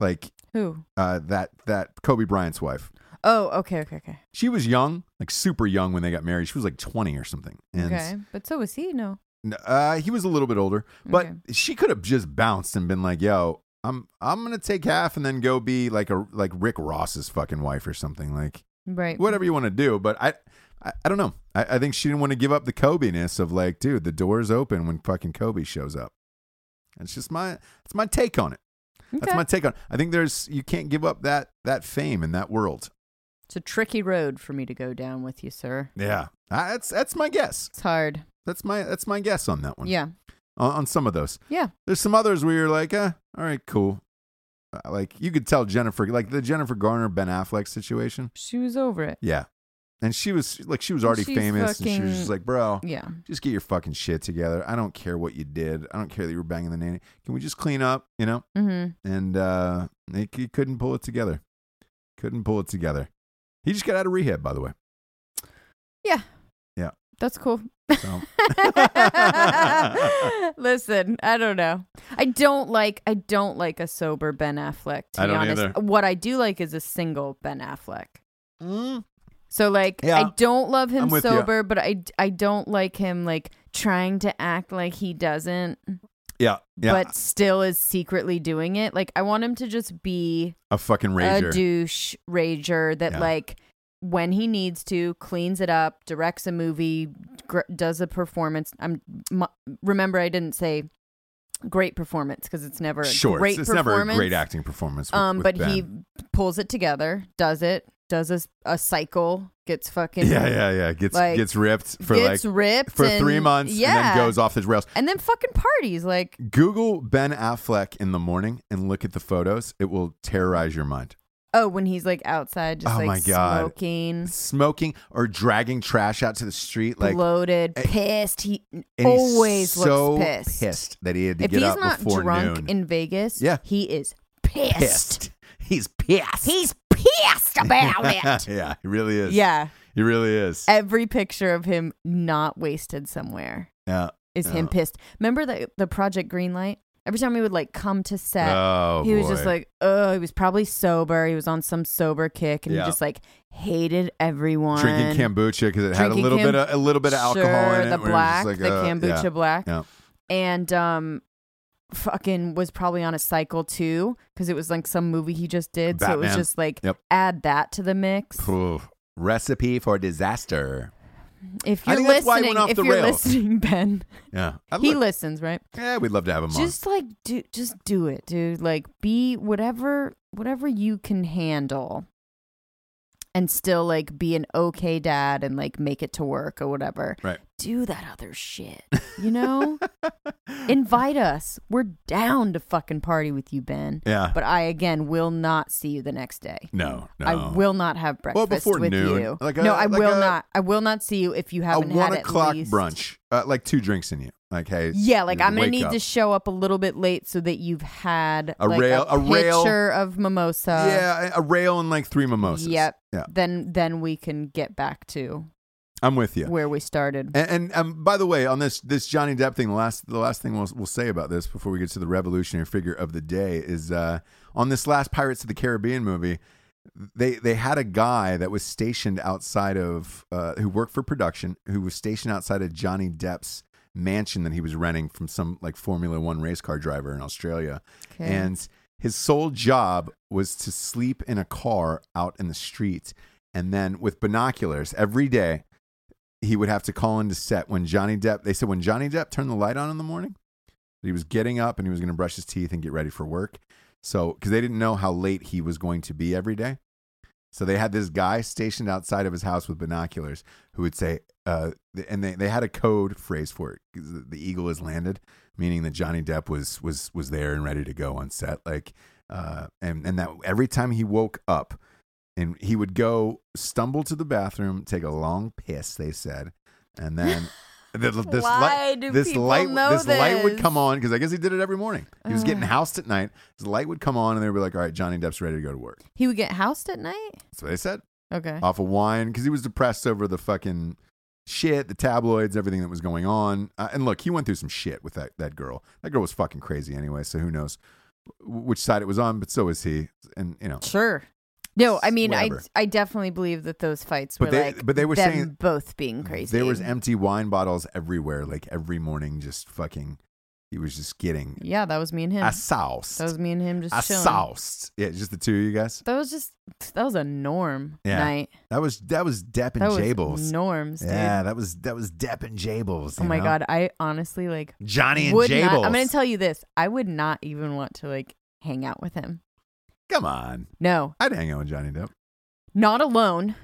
Speaker 1: like
Speaker 2: who
Speaker 1: uh, that that Kobe Bryant's wife.
Speaker 2: oh okay okay okay
Speaker 1: She was young, like super young when they got married. She was like twenty or something, and
Speaker 2: okay but so was he no
Speaker 1: uh, he was a little bit older, but
Speaker 2: Okay.
Speaker 1: she could have just bounced and been like, "Yo, I'm I'm gonna take half and then go be like a like Rick Ross's fucking wife or something like
Speaker 2: right
Speaker 1: whatever you want to do." But I, I, I don't know. I, I think she didn't want to give up the Kobe ness of like, dude, the door's open when fucking Kobe shows up. That's just my that's my take on it. That's
Speaker 2: Okay.
Speaker 1: my take on. It. I think there's you can't give up that that fame in that world.
Speaker 2: it's a tricky road for me to go down with you sir
Speaker 1: Yeah, I, that's that's my guess.
Speaker 2: it's hard
Speaker 1: That's my that's my guess on that one.
Speaker 2: yeah
Speaker 1: on, on some of those.
Speaker 2: yeah
Speaker 1: There's some others where you're like, eh, all right, cool. Uh, Like you could tell Jennifer, like the Jennifer Garner Ben Affleck situation.
Speaker 2: she was over it
Speaker 1: Yeah, and she was like, she was already
Speaker 2: She's
Speaker 1: famous, and she was
Speaker 2: fucking-
Speaker 1: just like, bro,
Speaker 2: yeah
Speaker 1: just get your fucking shit together. I don't care what you did. I don't care that you were banging the nanny. Can we just clean up? You know?
Speaker 2: mm-hmm
Speaker 1: And uh, he, he couldn't pull it together. Couldn't pull it together. He just got out of rehab, by the way.
Speaker 2: That's cool.
Speaker 1: So
Speaker 2: Listen, I don't know. I don't like I don't like a sober Ben Affleck, to
Speaker 1: I
Speaker 2: be
Speaker 1: don't
Speaker 2: honest.
Speaker 1: either.
Speaker 2: What I do like is a single Ben Affleck.
Speaker 1: Mm.
Speaker 2: So like
Speaker 1: Yeah.
Speaker 2: I don't love
Speaker 1: I'm
Speaker 2: him
Speaker 1: with ya.
Speaker 2: sober, but I I don't like him like trying to act like he doesn't
Speaker 1: yeah, yeah,
Speaker 2: but still is secretly doing it. Like I want him to just be
Speaker 1: a fucking
Speaker 2: a
Speaker 1: rager.
Speaker 2: douche rager that
Speaker 1: Yeah.
Speaker 2: like when he needs to cleans it up directs a movie gr- does a performance i'm m- remember i didn't say great performance because it's never a
Speaker 1: Sure,
Speaker 2: great
Speaker 1: it's, it's never
Speaker 2: performance
Speaker 1: a great acting performance. With,
Speaker 2: um
Speaker 1: with
Speaker 2: but
Speaker 1: ben.
Speaker 2: he pulls it together does it does a, s- a cycle gets fucking
Speaker 1: Yeah, yeah, yeah. Gets
Speaker 2: like,
Speaker 1: gets ripped for
Speaker 2: gets
Speaker 1: like
Speaker 2: ripped
Speaker 1: for
Speaker 2: and-
Speaker 1: three months
Speaker 2: yeah
Speaker 1: and then goes off the rails.
Speaker 2: and then fucking parties like
Speaker 1: Google Ben Affleck in the morning and look at the photos. It will terrorize your mind.
Speaker 2: Oh, when he's like outside, just
Speaker 1: Oh
Speaker 2: like
Speaker 1: my God.
Speaker 2: smoking,
Speaker 1: smoking or dragging trash out to the street like
Speaker 2: bloated,
Speaker 1: eh,
Speaker 2: pissed. He
Speaker 1: and he's
Speaker 2: always
Speaker 1: so
Speaker 2: looks pissed.
Speaker 1: that he had to
Speaker 2: If
Speaker 1: get
Speaker 2: he's
Speaker 1: up
Speaker 2: not
Speaker 1: before
Speaker 2: drunk
Speaker 1: noon.
Speaker 2: in Vegas,
Speaker 1: Yeah.
Speaker 2: he is pissed.
Speaker 1: pissed. He's pissed.
Speaker 2: He's pissed about it.
Speaker 1: yeah, he really is.
Speaker 2: yeah,
Speaker 1: he really is.
Speaker 2: every picture of him not wasted somewhere
Speaker 1: yeah.
Speaker 2: is him
Speaker 1: Yeah.
Speaker 2: pissed. Remember the the Project Greenlight? Every time he would like come to set,
Speaker 1: Oh,
Speaker 2: he was just
Speaker 1: boy.
Speaker 2: like, oh, he was probably sober. He was on some sober kick, and
Speaker 1: Yeah.
Speaker 2: he just like hated everyone.
Speaker 1: drinking kombucha because it had a
Speaker 2: Drinking
Speaker 1: little
Speaker 2: cam-
Speaker 1: bit of a little bit of alcohol
Speaker 2: sure,
Speaker 1: in it. where
Speaker 2: the
Speaker 1: it was
Speaker 2: black,
Speaker 1: just like,
Speaker 2: the
Speaker 1: uh, yeah.
Speaker 2: kombucha black,
Speaker 1: yeah.
Speaker 2: and um, fucking was probably on a cycle too because it was like some movie he just did. So it was
Speaker 1: Batman.
Speaker 2: just like
Speaker 1: Yep.
Speaker 2: add that to the mix.
Speaker 1: Oof. Recipe for disaster.
Speaker 2: If
Speaker 1: I
Speaker 2: you're
Speaker 1: think that's why it
Speaker 2: listening,
Speaker 1: went off
Speaker 2: if
Speaker 1: the
Speaker 2: you're
Speaker 1: rails.
Speaker 2: listening, Ben,
Speaker 1: Yeah, I
Speaker 2: he
Speaker 1: look-
Speaker 2: listens, right?
Speaker 1: yeah, we'd love to have him
Speaker 2: Just like do, just do it, dude. Like be whatever, whatever you can handle, and still like be an okay dad and like make it to work or whatever.
Speaker 1: Right.
Speaker 2: Do that other shit, you know.
Speaker 1: on.
Speaker 2: Invite us. We're down to fucking party with you, Ben.
Speaker 1: yeah,
Speaker 2: But I again will not see you the next day.
Speaker 1: no, no.
Speaker 2: I will not have breakfast
Speaker 1: Well, before
Speaker 2: with
Speaker 1: noon.
Speaker 2: you.
Speaker 1: Like
Speaker 2: no,
Speaker 1: a-
Speaker 2: I
Speaker 1: like
Speaker 2: will
Speaker 1: a-
Speaker 2: not. I will not see you if you
Speaker 1: A
Speaker 2: haven't
Speaker 1: one
Speaker 2: had at
Speaker 1: o'clock
Speaker 2: least-
Speaker 1: brunch, uh, like two drinks in you. Like, hey,
Speaker 2: Yeah, like
Speaker 1: you
Speaker 2: I'm gonna
Speaker 1: wake
Speaker 2: need
Speaker 1: up.
Speaker 2: to show up a little bit late so that you've had
Speaker 1: A
Speaker 2: like,
Speaker 1: rail- a
Speaker 2: a
Speaker 1: rail-
Speaker 2: picture of mimosa.
Speaker 1: yeah, a a rail and like three mimosas.
Speaker 2: Yep.
Speaker 1: Yeah,
Speaker 2: Then then we can get back to
Speaker 1: I'm with you.
Speaker 2: where we started.
Speaker 1: And, and um, by the way, on this this Johnny Depp thing, the last the last thing we'll we'll say about this before we get to the revolutionary figure of the day is uh, on this last Pirates of the Caribbean movie, they they had a guy that was stationed outside of uh, who worked for production who was stationed outside of Johnny Depp's mansion that he was renting from some like Formula One race car driver in Australia,
Speaker 2: Okay.
Speaker 1: and his sole job was to sleep in a car out in the street, and then with binoculars every day he would have to call into set when Johnny Depp. They said when Johnny Depp turned the light on in the morning, that he was getting up and he was going to brush his teeth and get ready for work. So, because they didn't know how late he was going to be every day, so they had this guy stationed outside of his house with binoculars who would say, uh, th- and they, they had a code phrase for it. 'cause The the eagle has landed, meaning that Johnny Depp was was was there and ready to go on set. Like, uh, and and that every time he woke up, and he would go stumble to the bathroom, take a long piss. They said, and then the, the- this
Speaker 2: Why
Speaker 1: light,
Speaker 2: do
Speaker 1: this
Speaker 2: people
Speaker 1: light,
Speaker 2: know
Speaker 1: this light would
Speaker 2: this?
Speaker 1: come on because I guess he did it every morning. He was getting
Speaker 2: Ugh.
Speaker 1: housed at night. His light would come on, and they would be like, "All right, Johnny Depp's ready to go to work."
Speaker 2: he would get housed at night.
Speaker 1: That's what they said.
Speaker 2: Okay.
Speaker 1: Off of wine because he was depressed over the fucking shit, the tabloids, everything that was going on. Uh, and look, he went through some shit with that that girl. That girl was fucking crazy anyway. So who knows w- which side it was on? But so was he. And you know,
Speaker 2: Sure. No, I mean,
Speaker 1: Whatever.
Speaker 2: I I definitely believe that those fights
Speaker 1: But
Speaker 2: were
Speaker 1: they-
Speaker 2: like,
Speaker 1: but they were
Speaker 2: them
Speaker 1: saying-
Speaker 2: both being crazy.
Speaker 1: There was empty wine bottles everywhere, like every morning, just fucking. He was just getting
Speaker 2: yeah, that was me and him.
Speaker 1: a sauce,
Speaker 2: that was me and him just
Speaker 1: a
Speaker 2: chilling.
Speaker 1: sauce. Yeah, just the two of you guys.
Speaker 2: That was just that was a norm
Speaker 1: Yeah.
Speaker 2: night.
Speaker 1: That was that was Depp and
Speaker 2: That was
Speaker 1: Jables.
Speaker 2: norms, dude.
Speaker 1: yeah, that was that was Depp and Jables.
Speaker 2: oh
Speaker 1: you
Speaker 2: my
Speaker 1: know?
Speaker 2: god, I honestly like
Speaker 1: Johnny and
Speaker 2: would
Speaker 1: Jables.
Speaker 2: not. I'm gonna tell you this. I would not even want to like hang out with him.
Speaker 1: Come on,
Speaker 2: No,
Speaker 1: I'd hang out with Johnny Depp.
Speaker 2: not alone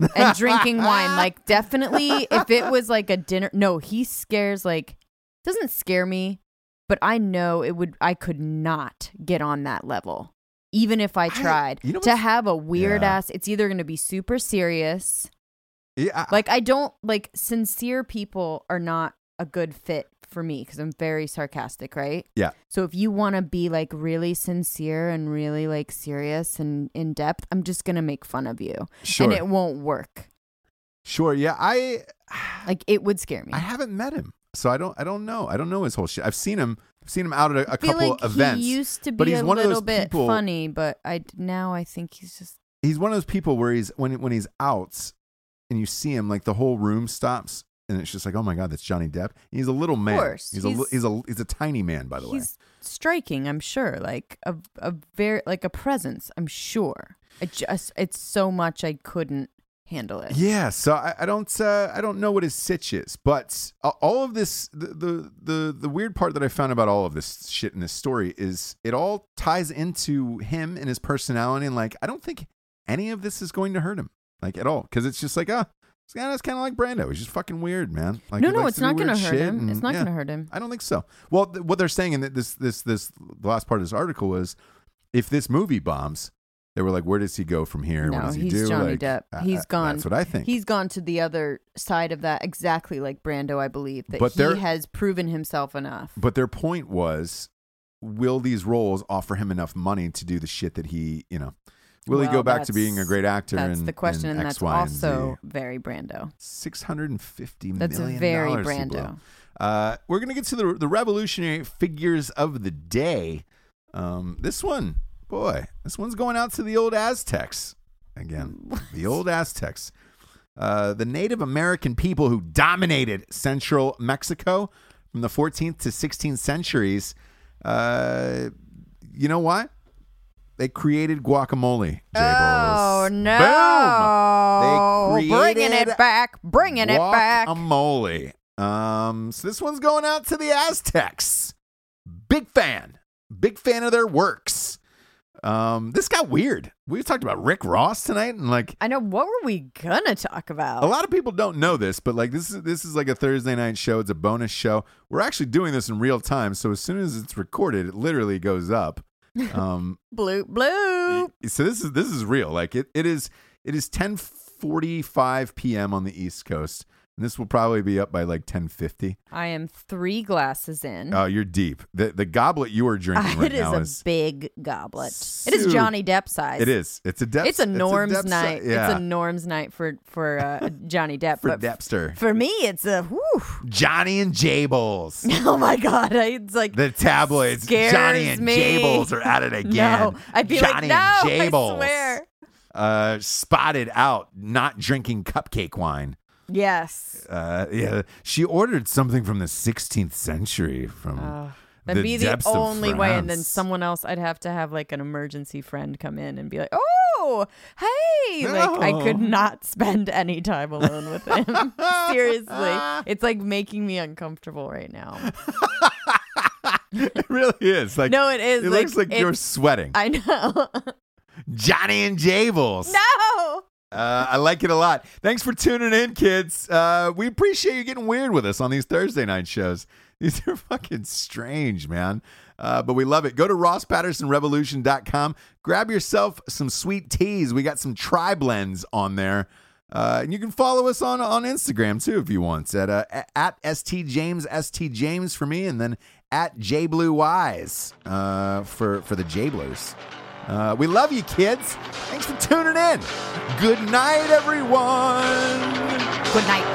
Speaker 2: and drinking wine. Like definitely, if it was like a dinner. No, he scares. Like doesn't scare me, but I know it would. I could not get on that level, even if I tried.
Speaker 1: you know
Speaker 2: to
Speaker 1: what's-
Speaker 2: have a weird
Speaker 1: Yeah.
Speaker 2: ass, it's either gonna be super serious.
Speaker 1: Yeah, I-
Speaker 2: like i don't like sincere people are not a good fit for me because i'm very sarcastic right
Speaker 1: Yeah.
Speaker 2: so if you want to be like really sincere and really like serious and in depth i'm just gonna make fun of you
Speaker 1: sure,
Speaker 2: and it won't work
Speaker 1: sure. Yeah, I
Speaker 2: like it would scare me
Speaker 1: I haven't met him, so I don't I don't know. I don't know his whole shit. I've seen him. I've seen him out at a, a
Speaker 2: I feel
Speaker 1: couple
Speaker 2: like
Speaker 1: events.
Speaker 2: he used to be
Speaker 1: but he's
Speaker 2: a
Speaker 1: one of
Speaker 2: little
Speaker 1: those
Speaker 2: bit
Speaker 1: people-
Speaker 2: funny but i now i think he's just
Speaker 1: he's one of those people where he's when when he's out and you see him like the whole room stops and it's just like oh my god that's Johnny Depp. And he's a little man.
Speaker 2: course.
Speaker 1: He's a li-
Speaker 2: He's-
Speaker 1: he's a he's a tiny man by the way.
Speaker 2: he's striking i'm sure like a, a very like a presence i'm sure i just it's so much i couldn't handle it
Speaker 1: Yeah, so I, I don't uh, I don't know what his sitch is, but a- all of this the, the the the weird part that I found about all of this shit in this story is it all ties into him and his personality, and like I don't think any of this is going to hurt him like at all because it's just like ah, it's kind of kind of like Brando, he's just fucking weird, man. Like,
Speaker 2: no,
Speaker 1: he
Speaker 2: no,
Speaker 1: likes
Speaker 2: it's
Speaker 1: to do
Speaker 2: not going to
Speaker 1: weird
Speaker 2: hurt
Speaker 1: shit
Speaker 2: him.
Speaker 1: and-
Speaker 2: it's not
Speaker 1: yeah.
Speaker 2: going to hurt him.
Speaker 1: I don't think so. Well, th- what they're saying in th- this this this the last part of this article is, if this movie bombs, They were like, where does he go from here? what
Speaker 2: No,
Speaker 1: does he
Speaker 2: he's
Speaker 1: do?
Speaker 2: Johnny
Speaker 1: Like,
Speaker 2: Depp.
Speaker 1: I-
Speaker 2: He's
Speaker 1: I-
Speaker 2: gone.
Speaker 1: That's what I think.
Speaker 2: He's gone to the other side of that, exactly like Brando, I believe, that
Speaker 1: But
Speaker 2: he
Speaker 1: there-
Speaker 2: has proven himself enough.
Speaker 1: But their point was, will these roles offer him enough money to do the shit that he, you know, will he
Speaker 2: Well,
Speaker 1: go back to
Speaker 2: that's-
Speaker 1: being a great actor?
Speaker 2: That's
Speaker 1: and,
Speaker 2: the question, and,
Speaker 1: and X,
Speaker 2: that's
Speaker 1: Y, and Z?
Speaker 2: also very Brando.
Speaker 1: Six hundred and fifty million.
Speaker 2: That's very
Speaker 1: dollars he blew.
Speaker 2: Brando.
Speaker 1: Uh, we're gonna get to the the revolutionary figures of the day. Um, this one, boy, this one's going out to the old Aztecs again. the old Aztecs, uh, the Native American people who dominated central Mexico from the 14th to 16th centuries. Uh, you know what? They created guacamole.
Speaker 2: Oh
Speaker 1: Jables.
Speaker 2: no!
Speaker 1: Boom. They
Speaker 2: bringing
Speaker 1: created
Speaker 2: it back, bringing it back.
Speaker 1: Guacamole. Um, so this one's going out to the Aztecs. Big fan. Big fan of their works. Um, this got weird. We've talked about Rick Ross tonight, and like
Speaker 2: I know. What were we gonna talk
Speaker 1: a
Speaker 2: about?
Speaker 1: lot of people don't know this, but like this is this is like a Thursday night show. It's a bonus show. We're actually doing this in real time, so as soon as it's recorded, it literally goes up. Um,
Speaker 2: Blue, blue.
Speaker 1: so this is this is real. Like it, it is it is ten forty five p.m. on the East Coast, and this will probably be up by like ten fifty.
Speaker 2: I am three glasses in.
Speaker 1: Oh, you're deep. The the goblet you are drinking right
Speaker 2: it is
Speaker 1: now
Speaker 2: a
Speaker 1: is
Speaker 2: big goblet. it
Speaker 1: Su-
Speaker 2: is Johnny Depp size.
Speaker 1: it is. It's a depth.
Speaker 2: It's a norms
Speaker 1: depth si-
Speaker 2: night.
Speaker 1: yeah.
Speaker 2: It's a norms night for for uh, Johnny Depp.
Speaker 1: for
Speaker 2: but f-
Speaker 1: Depster.
Speaker 2: for me, it's a whew.
Speaker 1: Johnny and Jables.
Speaker 2: Oh my god! I, it's like
Speaker 1: The tabloids.
Speaker 2: Scares
Speaker 1: Johnny and
Speaker 2: me.
Speaker 1: Jables are at it again.
Speaker 2: no. I'd be
Speaker 1: Johnny
Speaker 2: like, no,
Speaker 1: and Jables.
Speaker 2: I swear.
Speaker 1: Uh, spotted out not drinking cupcake wine.
Speaker 2: Yes.
Speaker 1: Uh, yeah, she ordered something from the 16th century from.
Speaker 2: Oh, that'd
Speaker 1: The
Speaker 2: be the
Speaker 1: depths of
Speaker 2: only way. And then
Speaker 1: France.
Speaker 2: someone else, I'd have to have like an emergency friend come in and be like, oh, hey. Like, I could
Speaker 1: No.
Speaker 2: not spend any time alone with him. Seriously. It's like making me uncomfortable right now.
Speaker 1: it really is like.
Speaker 2: No, it is.
Speaker 1: It
Speaker 2: like,
Speaker 1: looks like you're
Speaker 2: it's-
Speaker 1: sweating.
Speaker 2: I know.
Speaker 1: Johnny and Jables.
Speaker 2: no.
Speaker 1: Uh, I like it a lot. Thanks for tuning in, kids. Uh, we appreciate you getting weird with us on these Thursday night shows. These are fucking strange, man. Uh, but we love it. Go to rosspattersonrevolution.com. Grab yourself some sweet teas. We got some tri blends on there. Uh, and you can follow us on, on Instagram too if you want at, uh, at stjames, stjames for me, and then at jbluewise uh, for, for the jablers. Uh, we love you, kids. Thanks for tuning in. Good night, everyone.
Speaker 2: Good night.